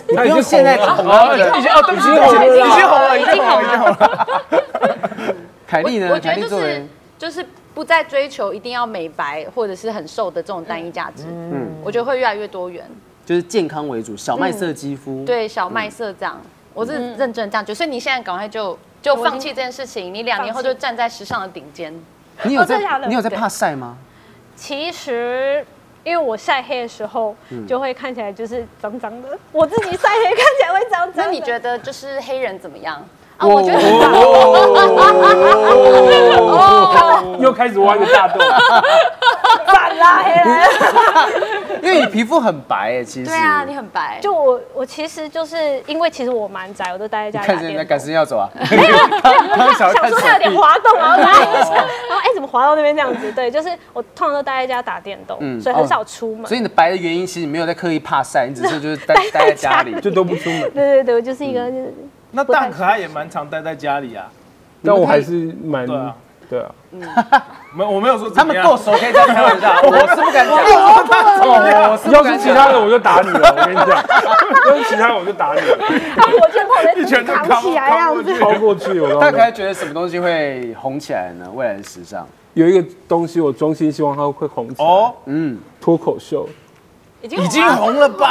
[SPEAKER 1] 你不用现在
[SPEAKER 4] 他
[SPEAKER 1] 红
[SPEAKER 3] 哦，
[SPEAKER 1] 了。
[SPEAKER 3] 已经哦，
[SPEAKER 2] <laughs>
[SPEAKER 3] 对不起，
[SPEAKER 4] 已经红了
[SPEAKER 3] 已经红了，已
[SPEAKER 5] 已
[SPEAKER 3] 经
[SPEAKER 5] 经
[SPEAKER 3] 红了，
[SPEAKER 5] 红了
[SPEAKER 3] 已经红了。
[SPEAKER 1] 凯莉呢？
[SPEAKER 2] 我觉
[SPEAKER 1] 凯莉
[SPEAKER 2] 得就
[SPEAKER 1] 作为
[SPEAKER 2] 是就是不再追求一定要美白或者是很瘦的这种单一价值，嗯，我觉得会越来越多元，
[SPEAKER 1] 就是健康为主，小麦色肌肤。，
[SPEAKER 2] 对小麦色这样，我是认真这样觉得，所以你现在赶快就就放弃这件事情，你两年后就站在时尚的顶尖，
[SPEAKER 1] 你有
[SPEAKER 5] 哦真的假
[SPEAKER 1] 在
[SPEAKER 5] 的
[SPEAKER 1] 你有在怕晒吗？
[SPEAKER 5] 其实。因为我晒黑的时候，
[SPEAKER 3] 嗯
[SPEAKER 5] 就会看起来就是脏脏的。我自己晒黑看起来会脏脏的。
[SPEAKER 2] 那你觉得就是黑人怎么样？
[SPEAKER 5] 啊？我觉得很
[SPEAKER 1] 哦
[SPEAKER 5] 棒
[SPEAKER 4] 又开始挖一个大
[SPEAKER 3] <laughs>
[SPEAKER 4] 洞。
[SPEAKER 6] 反拉黑人，
[SPEAKER 1] 因为你皮肤很白哎，其实。
[SPEAKER 2] 对啊，你很白，
[SPEAKER 5] 就我，我其实就是因为其实我蛮宅，我都待在家里
[SPEAKER 1] 看
[SPEAKER 5] 打
[SPEAKER 1] 着
[SPEAKER 5] 电
[SPEAKER 1] 人
[SPEAKER 5] 动
[SPEAKER 1] 家赶时间要走啊，刚刚想要
[SPEAKER 5] 想
[SPEAKER 1] 看手
[SPEAKER 5] 说它有点
[SPEAKER 1] 臂
[SPEAKER 5] 滑动，然后拉一下，
[SPEAKER 1] 哦
[SPEAKER 5] 然后哎、怎么滑到那边这样子？对，就是我通常都待在家打电动，
[SPEAKER 1] 嗯
[SPEAKER 5] 所以很少出
[SPEAKER 1] <laughs>
[SPEAKER 5] 门。
[SPEAKER 1] 所以你的白的原因，其实你没有在刻意怕晒，你只是就是待待在家里。
[SPEAKER 4] 就都不出门，
[SPEAKER 5] 对对对，我就是一个、
[SPEAKER 1] 嗯
[SPEAKER 5] 就是
[SPEAKER 3] 那蛋可爱也蛮常待在家里啊，
[SPEAKER 4] 但我还是蛮
[SPEAKER 3] 对啊
[SPEAKER 4] 对啊，
[SPEAKER 3] 没有，我没有说啊
[SPEAKER 1] 他
[SPEAKER 3] 怎么
[SPEAKER 1] 们
[SPEAKER 3] 样
[SPEAKER 1] 够熟，可以再挑一下。我是不敢讲，我啊是不敢讲
[SPEAKER 4] 哦要是其他的我就打你了，我跟你讲，
[SPEAKER 1] <laughs>
[SPEAKER 4] 要是其他的我就打你了，
[SPEAKER 5] 火箭炮在
[SPEAKER 3] 一拳就
[SPEAKER 5] 扛起
[SPEAKER 2] 啊
[SPEAKER 5] 来这样子。
[SPEAKER 4] 超过去我都
[SPEAKER 1] 大概觉得什么东西会红起来呢？未来的时尚，
[SPEAKER 4] 有一个东西，我衷心希望它会红起来。
[SPEAKER 3] 哦，
[SPEAKER 1] 嗯，
[SPEAKER 4] 脱口秀，
[SPEAKER 5] 已经
[SPEAKER 3] 已经红了吧？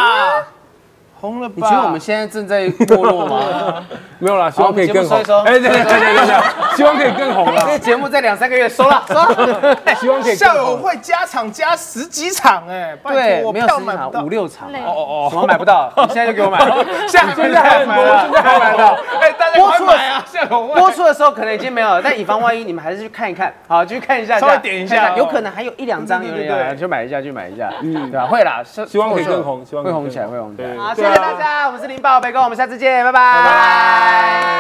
[SPEAKER 3] 红了吧？
[SPEAKER 1] 你觉得我们现在正在没落
[SPEAKER 3] <laughs>
[SPEAKER 1] 吗？
[SPEAKER 4] 没有啦，希望可以更红哎
[SPEAKER 1] 好我们节目收一收。
[SPEAKER 4] 对对对对对，希望可以更红
[SPEAKER 1] 这 <laughs>
[SPEAKER 4] 啦
[SPEAKER 1] 个，节目在两三个月收了，收
[SPEAKER 3] <laughs>
[SPEAKER 1] 了。
[SPEAKER 4] 希望可以更
[SPEAKER 3] 校友
[SPEAKER 4] 红。
[SPEAKER 3] 会加场加十几场哎，拜
[SPEAKER 1] 对
[SPEAKER 3] 托，我
[SPEAKER 1] 没有
[SPEAKER 3] 票
[SPEAKER 1] 十几
[SPEAKER 3] 买不到
[SPEAKER 1] 场，五。六场，
[SPEAKER 3] 哦哦
[SPEAKER 1] 什么买不 <laughs> 到？你现在就给我买。
[SPEAKER 3] 哦，下
[SPEAKER 4] 现在还很多，
[SPEAKER 3] 啊
[SPEAKER 4] 现在还蛮多。
[SPEAKER 3] 哎，大家快买啊！校友
[SPEAKER 1] <laughs> 播
[SPEAKER 3] 会
[SPEAKER 1] 出的时候可能已经没有了，但以防万一，你们还是去看一看，好，去看一下，
[SPEAKER 3] 稍微点一下
[SPEAKER 1] 看
[SPEAKER 3] 哦
[SPEAKER 1] 有可能还有一两张
[SPEAKER 3] 对
[SPEAKER 1] 有
[SPEAKER 3] 对
[SPEAKER 1] 人
[SPEAKER 3] 对对
[SPEAKER 1] 要，去买一下，去买一下，嗯，对吧？会啦，希
[SPEAKER 4] 希望可以更红希望可
[SPEAKER 1] 会
[SPEAKER 4] 以
[SPEAKER 1] 红起来，
[SPEAKER 4] 更
[SPEAKER 1] 会
[SPEAKER 4] 红
[SPEAKER 1] 红起
[SPEAKER 4] 对
[SPEAKER 1] 来。好，谢谢大家，我们是林宝北哥，我们下次见，拜拜，拜
[SPEAKER 3] 拜。